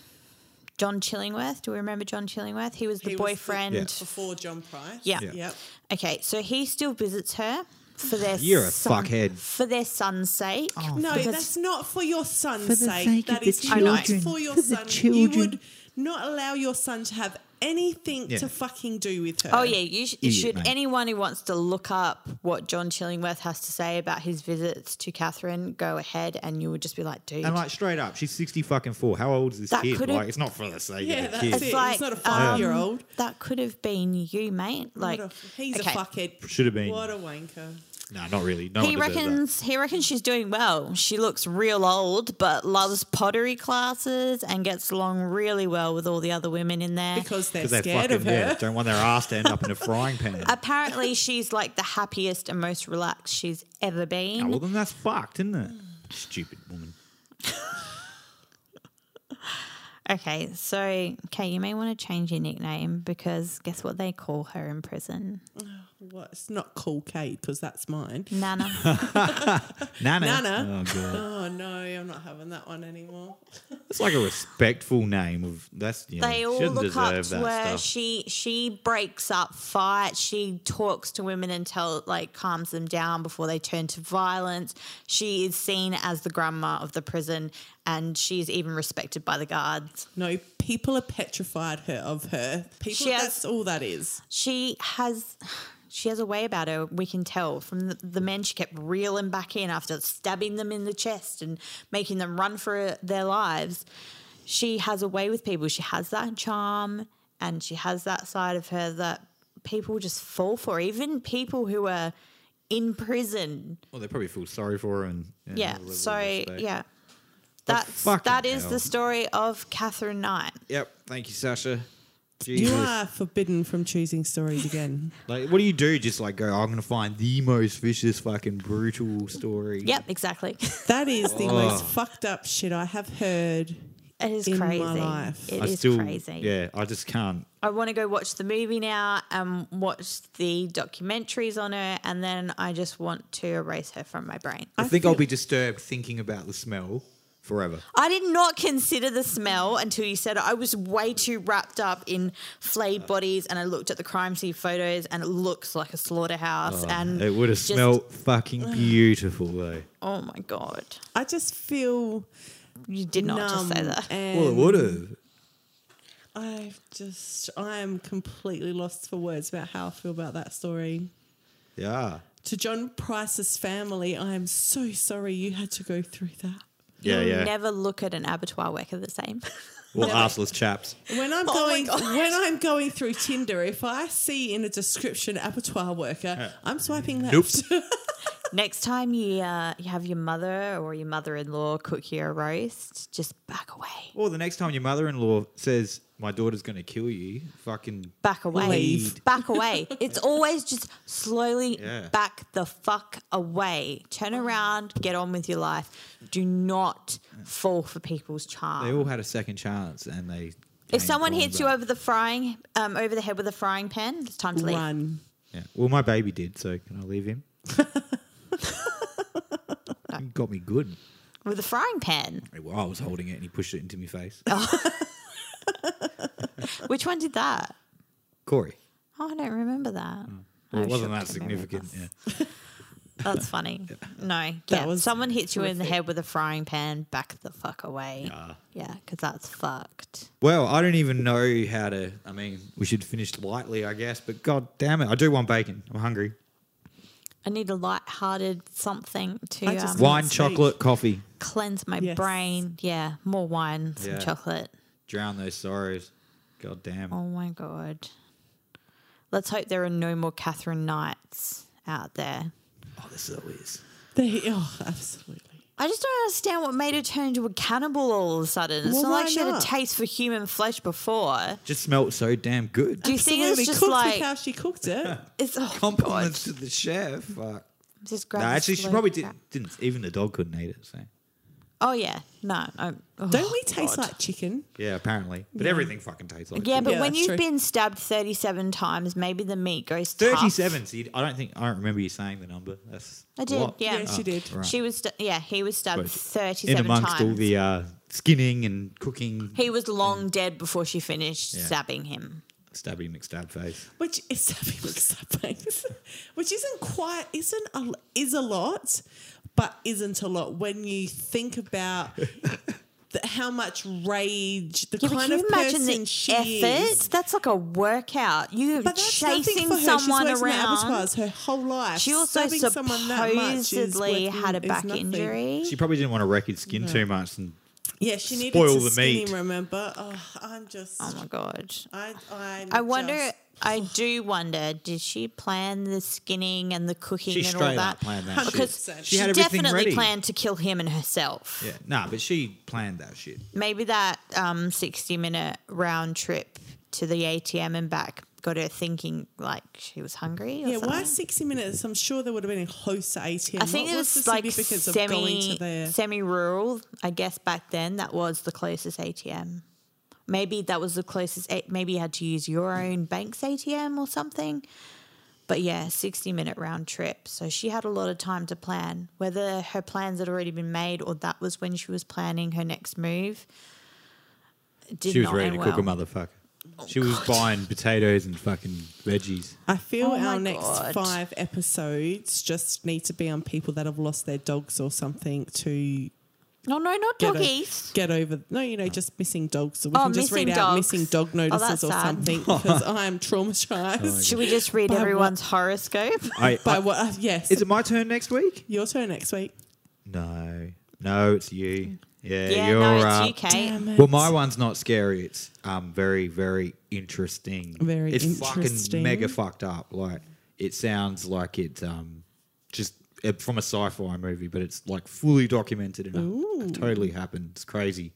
S1: John Chillingworth. Do we remember John Chillingworth? He was the
S2: He was the-
S1: boyfriend.
S4: Yeah.
S2: Before John Price.
S1: Yeah.
S4: Yeah.
S2: Yep.
S1: Okay, so he still visits her for their
S4: You're a
S1: son-
S4: fuckhead. Oh,
S1: for their son's sake.
S2: No,
S1: because-
S2: that's not for your son's sake.
S5: sake
S2: That
S5: of the
S2: is not
S5: children.
S2: for your
S5: For the
S2: son. You
S5: children.
S2: would not allow your son to have anything
S4: Yeah.
S2: to fucking do with her.
S1: Oh yeah, you, sh- you
S4: Idiot,
S1: should.
S4: mate.
S1: Anyone who wants to look up what John Chillingworth has to say about his visits to Catherine, go ahead, and you would just be like, dude,
S4: And like, straight up, she's 60 fucking four. How old is this
S1: That
S4: kid?
S1: could've-
S4: Like, it's not for the sake
S2: Yeah,
S4: of the
S2: that's
S4: kid.
S2: it. It's not a five-year-old.
S1: That could have been you, mate. um, Like
S2: What a- he's
S1: okay.
S2: a fuckhead.
S4: Should have been.
S2: What a wanker.
S4: No, not really. No
S1: He
S4: one deserves that.
S1: reckons he reckons she's doing well. She looks real old, but loves pottery classes and gets along really well with all the other women in there.
S2: Because they're
S4: Because they
S2: scared
S4: fucking
S2: of her.
S4: yeah, don't want their ass to end up in a frying pan.
S1: Apparently, she's like the happiest and most relaxed she's ever been.
S4: Oh, well, then that's fucked, isn't it? Stupid woman.
S1: Okay, so okay, you may want to change your nickname because guess what they call her in prison?
S2: Well, it's not cool, Kate, because that's mine.
S1: Nana.
S4: Nana.
S2: Nana.
S4: Oh, God.
S2: Oh no, I'm not having that one anymore.
S4: It's like a respectful name of that's yeah.
S1: They all
S4: shouldn't
S1: look up
S4: deserve
S1: to
S4: that
S1: her.
S4: stuff.
S1: She she breaks up fights. She talks to women until like calms them down before they turn to violence. She is seen as the grandma of the prison, and she's even respected by the guards.
S2: No, people are petrified her of her. People,
S1: She has-
S2: that's all that is.
S1: she has she has a way about her we can tell from the, the men she kept reeling back in after stabbing them in the chest and making them run for uh, their lives she has a way with people she has that charm and she has that side of her that people just fall for even people who are in prison
S4: Well, they probably feel sorry for her and
S1: yeah
S4: level of
S1: so
S4: respect.
S1: yeah that's
S4: fucking
S1: that is
S4: hell.
S1: the story of catherine knight
S4: Yep. Thank you, Sasha.
S2: You
S4: Jesus.
S2: are forbidden from choosing stories again.
S4: Like, what do you do? Just like go. I'm gonna find the most vicious, fucking brutal story.
S1: yep exactly
S4: Oh.
S2: That is the most fucked up shit I have heard
S1: It is
S2: in my
S1: crazy.
S2: life.
S6: It
S4: I
S6: is
S4: still,
S6: crazy.
S4: Yeah, I just can't.
S1: I want to go watch the movie now and watch the documentaries on her, and then I just want to erase her from my brain.
S4: I,
S2: I
S4: think I'll
S2: feel-
S4: be disturbed thinking about the smell forever.
S1: I did not consider the smell until you said it. I was way too wrapped up in flayed bodies, and I looked at the crime scene photos, and it looks like a slaughterhouse. and
S4: Oh, It would have
S1: Um, just-
S4: smelled fucking beautiful though.
S1: Oh my god!
S2: I just feel
S1: You did not just say
S2: numb
S1: that.
S2: and
S4: Well, it would have.
S2: I've just I am completely lost for words about how I feel about that story.
S4: Yeah.
S2: To John Price's family, I am so sorry you had to go through that.
S4: Yeah,
S1: You'll
S4: yeah.
S1: Never look at an abattoir worker the same.
S4: well, arseless chaps.
S2: When I'm
S1: Oh my
S2: going
S1: God.
S2: when I'm going through Tinder, if I see in a description abattoir worker, I'm swiping left.
S4: Nope.
S1: Next time you uh, you have your mother or your mother-in-law cook you a roast, just back away.
S4: Or the next time your mother-in-law says my daughter's going to kill you, fucking
S1: Back away.
S2: Leave.
S1: Back away. It's always just slowly
S4: Yeah.
S1: back the fuck away. Turn around, get on with your life. Do not fall for people's
S4: they
S1: charm.
S4: all had a second chance and they came
S1: if someone
S4: crawling
S1: hits you
S4: back.
S1: over the frying um, over the head with a frying pan, it's time to leave.
S2: Run.
S4: Yeah. Well, my baby did, so can I leave him? He got me good.
S1: With a frying pan.
S4: Well, I was holding it and he pushed it into my face.
S1: Oh. Which one did that?
S4: Corey.
S1: Oh, I don't remember that.
S4: Mm. Well,
S1: I
S4: it wasn't
S1: should
S4: that
S1: remember
S4: significant.
S1: this.
S4: Yeah.
S1: That's funny. No, yeah.
S2: was
S1: Someone hits you in the head with a frying pan, back the fuck away.
S4: Ah.
S1: Yeah, because that's fucked.
S4: Well, I don't even know how to. I mean, we should finish lightly, I guess. But god damn it, I do want bacon. I'm hungry.
S1: I need a light-hearted something to
S2: I just-
S1: um,
S4: Wine,
S2: sweet.
S4: chocolate, coffee.
S1: cleanse my
S2: Yes.
S1: brain. Yeah, more wine, some
S4: Yeah.
S1: chocolate.
S4: Drown those sorrows. God damn.
S1: Oh my god. Let's hope there are no more Catherine Knights out there.
S4: Oh, this always.
S2: They oh, absolutely.
S1: I just don't understand what made her turn into a cannibal all of a sudden. It's
S2: Well,
S1: not like
S2: why
S1: she had a
S2: not?
S1: taste for human flesh before.
S4: Just smelled so damn good.
S1: Do you think it's
S2: Absolutely.
S1: just
S2: cooked
S1: like
S2: with how she cooked it.
S1: it's oh god.
S4: Compliments to the chef. Fuck.
S1: Just
S4: No,
S1: grab this
S4: actually, she
S1: slow
S4: probably
S1: crack.
S4: didn't, didn't. Even the dog couldn't eat it. So
S1: Oh yeah, no. i oh,
S2: Don't we taste
S1: God.
S2: like chicken?
S4: yeah, apparently. But everything fucking tastes like.
S1: Yeah, but
S2: Yeah,
S1: when
S2: that's
S1: you've
S2: true.
S1: been stabbed thirty-seven times, maybe the meat goes tough.
S4: thirty-seven. So you, I don't think I don't remember you saying the number. That's
S1: I
S4: a
S1: did.
S4: lot.
S1: Yeah,
S2: Yeah, she did.
S4: Oh, right.
S1: She was. St- yeah, he was stabbed
S4: But In
S1: thirty-seven
S4: amongst
S1: times.
S4: all the uh, skinning and cooking,
S1: he was long dead before she finished
S4: Yeah.
S1: stabbing him.
S4: stabby McStab face.
S2: Which is something with subways, which isn't quite isn't a, is a lot, but isn't a lot when you think about the, how much rage the
S1: Yeah, but
S2: kind
S1: can
S2: of
S1: you imagine
S2: person
S1: the
S2: she
S1: effort?
S2: is.
S1: That's like a workout. You
S2: But that's
S1: chasing
S2: nothing for her.
S1: someone
S2: She's worked in
S1: around.
S2: abattoirs her whole life.
S1: She also
S2: Stabbing someone that much is
S1: supposedly
S2: worth-
S1: had a
S2: is
S1: back
S2: nothing.
S1: injury.
S4: She probably didn't want to wreck his skin too much and
S2: Yeah, she needed
S4: Spoil
S2: to
S4: the
S2: skin
S4: meat.
S2: him, Remember? Oh, I'm just.
S1: oh my god.
S2: I, I'm
S1: I wonder.
S2: just-
S1: I do wonder. Did she plan the skinning and the cooking
S4: She
S1: and all
S4: straight
S1: that?
S4: up planned that shit.
S1: because she,
S2: She
S4: had everything
S1: definitely
S4: ready.
S1: planned to kill him and herself.
S4: Yeah, nah, but she planned that shit.
S1: Maybe that um, sixty-minute round trip to the ATM and back got her thinking like she was hungry. Or
S2: Yeah, why
S1: something.
S2: 60 minutes? I'm sure there would have been a host at ATM.
S1: I think
S2: what
S1: it
S2: was,
S1: was
S2: the
S1: like
S2: significance of going to
S1: semi
S2: there?
S1: semi rural. I guess back then that was the closest ATM. Maybe that was the closest. A- Maybe you had to use your own bank's ATM or something. But yeah, sixty minute round trip. So she had a lot of time to plan. Whether her plans had already been made or that was when she was planning her next move. it Did
S4: She was
S1: not
S4: ready
S1: end
S4: to cook a
S1: well. Oh,
S4: motherfucker. she was buying potatoes and fucking veggies.
S2: I feel
S1: Oh my
S2: our next
S1: God.
S2: five episodes just need to be on people that have lost their dogs or something to
S1: No, no, not
S2: get, o-
S1: doggies.
S2: get over. No, you know, just missing dogs. So we
S1: Oh,
S2: can just read
S1: missing
S2: out
S1: dogs.
S2: missing dog
S1: Oh, that's
S2: notices or
S1: sad.
S2: something because I'm
S4: Oh
S2: traumatized
S1: Should we just read
S2: By what-
S1: everyone's horoscope?
S4: I,
S2: by
S4: I-
S2: what. Uh, yes,
S4: is it my turn next week?
S2: your turn next week.
S4: No, no, it's you. Yeah,
S1: Mm. yeah,
S4: you're
S1: no, it's
S4: up.
S1: you, Kate.
S2: Damn it.
S4: Well, my one's not scary. It's um very, very interesting.
S2: Very
S4: it's fucking
S2: interesting.
S4: mega fucked up. Like it sounds like it's um just uh, from a sci-fi movie, but it's like fully documented and it totally happened. It's crazy.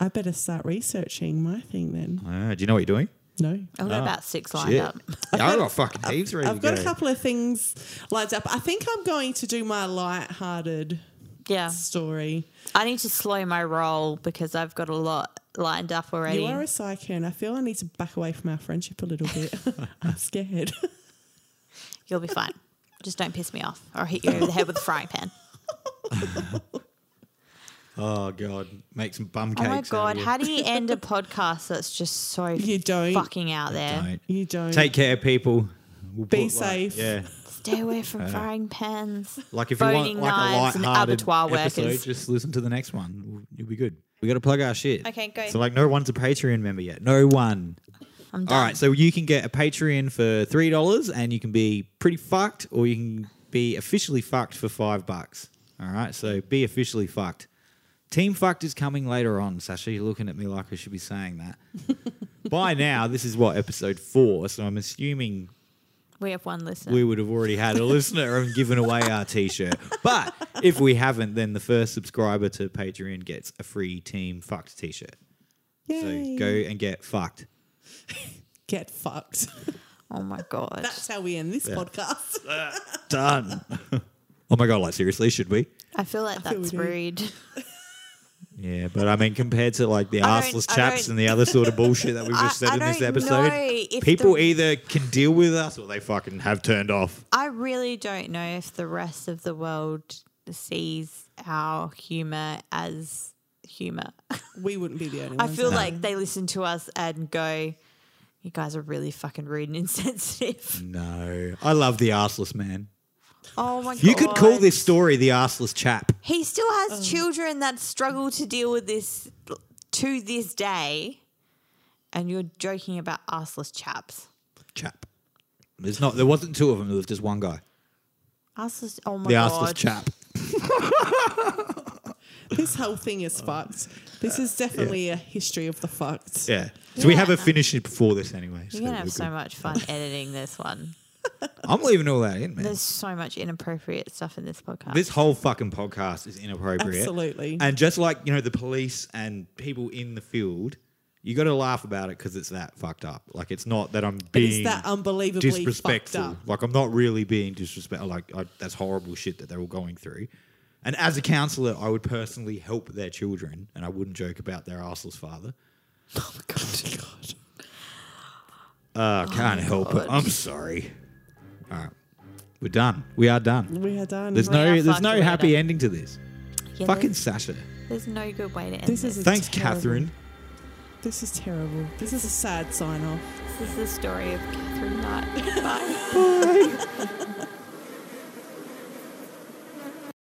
S2: I better start researching my thing then.
S4: Ah, do you know what you're doing?
S2: No.
S1: I've got Oh, about six lined
S4: Shit.
S1: up.
S4: Yeah, I've got fucking heaps ready
S2: I've
S4: to
S2: got
S4: go.
S2: a couple of things lined up. I think I'm going to do my light-hearted
S1: Yeah.
S2: story.
S1: I need to slow my roll because I've got a lot lined up already.
S2: You are a psycho, and I feel I need to back away from our friendship a little bit. I'm scared.
S1: You'll be fine. Just don't piss me off or hit you over the head with a frying pan.
S4: Oh god, make some bum
S1: Oh
S4: cakes.
S1: my
S4: out
S1: god,
S4: of it.
S1: how do you end a podcast that's just so
S2: You don't.
S1: fucking out there?
S4: Don't.
S2: You don't.
S4: Take care, people. We'll
S2: Be
S4: put, like-
S2: safe.
S4: yeah,
S1: Stay away from frying pans.
S4: Uh, like if you want
S1: Boning
S4: like a
S1: knives and
S4: light-hearted
S1: abattoir
S4: episode,
S1: workers.
S4: just listen to the next one. We'll- You'll be good. We got to plug our shit.
S1: Okay, go.
S4: So like, no one's a Patreon member yet. No one.
S1: I'm done.
S4: All right, so you can get a Patreon for three dollars, and you can be pretty fucked, or you can be officially fucked for five bucks. All right, so be officially fucked. Team fucked is coming later on. Sasha, you're looking at me like I should be saying that. By now, this is what episode four, so I'm assuming
S1: We have one listener.
S4: we would have already had a listener and given away our t-shirt. But if we haven't, then the first subscriber to Patreon gets a free Team Fucked t-shirt.
S2: Yay.
S4: So go and get fucked.
S2: Get fucked.
S1: oh my god.
S2: That's how we end this
S4: Yeah.
S2: podcast.
S4: Done. oh my god! Like seriously, should we?
S1: I feel like
S2: feel
S1: that's
S2: we do.
S1: rude.
S4: Yeah, but I mean, compared to like the
S1: I don't-
S4: arseless
S1: I
S4: chaps
S1: don't-
S4: and the other sort of bullshit that we've
S1: I-
S4: just said
S1: I
S4: in this
S1: don't
S4: episode,
S1: know if
S4: people
S1: the-
S4: either can deal with us or they fucking have turned off.
S1: I really don't know if the rest of the world sees our humor as humor.
S2: We wouldn't be the only
S1: I
S2: ones.
S1: feel
S2: out
S1: like they listen to us and go, "You guys are really fucking rude and insensitive."
S4: No, I love the arseless man.
S1: Oh my god!
S4: You could call this story the arseless chap.
S1: He still has children that struggle to deal with this to this day, and you're joking about arseless chaps.
S4: Chap. There's not. There wasn't two of them. There was just one guy.
S1: Arseless. Oh my
S4: The arseless
S1: god!
S4: chap.
S2: there. This whole thing
S4: Oh.
S2: is fucked. This is definitely a history of the fucked.
S4: Yeah. So we
S1: Yeah.
S4: haven't finished it before this anyway. so
S1: You're gonna
S4: we're
S1: have so
S4: good.
S1: much fun editing this one.
S4: I'm leaving all that in, man.
S1: There's so much inappropriate stuff in this podcast.
S4: This whole fucking podcast is inappropriate.
S2: Absolutely.
S4: And just like, you know, the police and people in the field, you got to laugh about it because it's that fucked up. Like, it's not that I'm being
S2: It's that unbelievably
S4: disrespectful.
S2: fucked up.
S4: Like, I'm not really being disrespectful. Like, I, that's horrible shit that they're all going through. And as a counselor, I would personally help their children and I wouldn't joke about their arseless father. Uh, can't help it. I'm sorry. All right. We're done. We are done.
S2: We are done.
S4: There's
S1: are
S4: no there's
S1: fucked
S4: no
S1: later.
S4: happy ending to this.
S1: Yeah,
S4: Fucking
S1: there's,
S4: Sasha.
S1: there's no good way to end
S2: This
S1: this.
S2: is a
S4: Thanks,
S2: terrible-
S4: Catherine.
S2: This is terrible. This is a sad sign off.
S1: This is the story of Catherine Knight. Bye.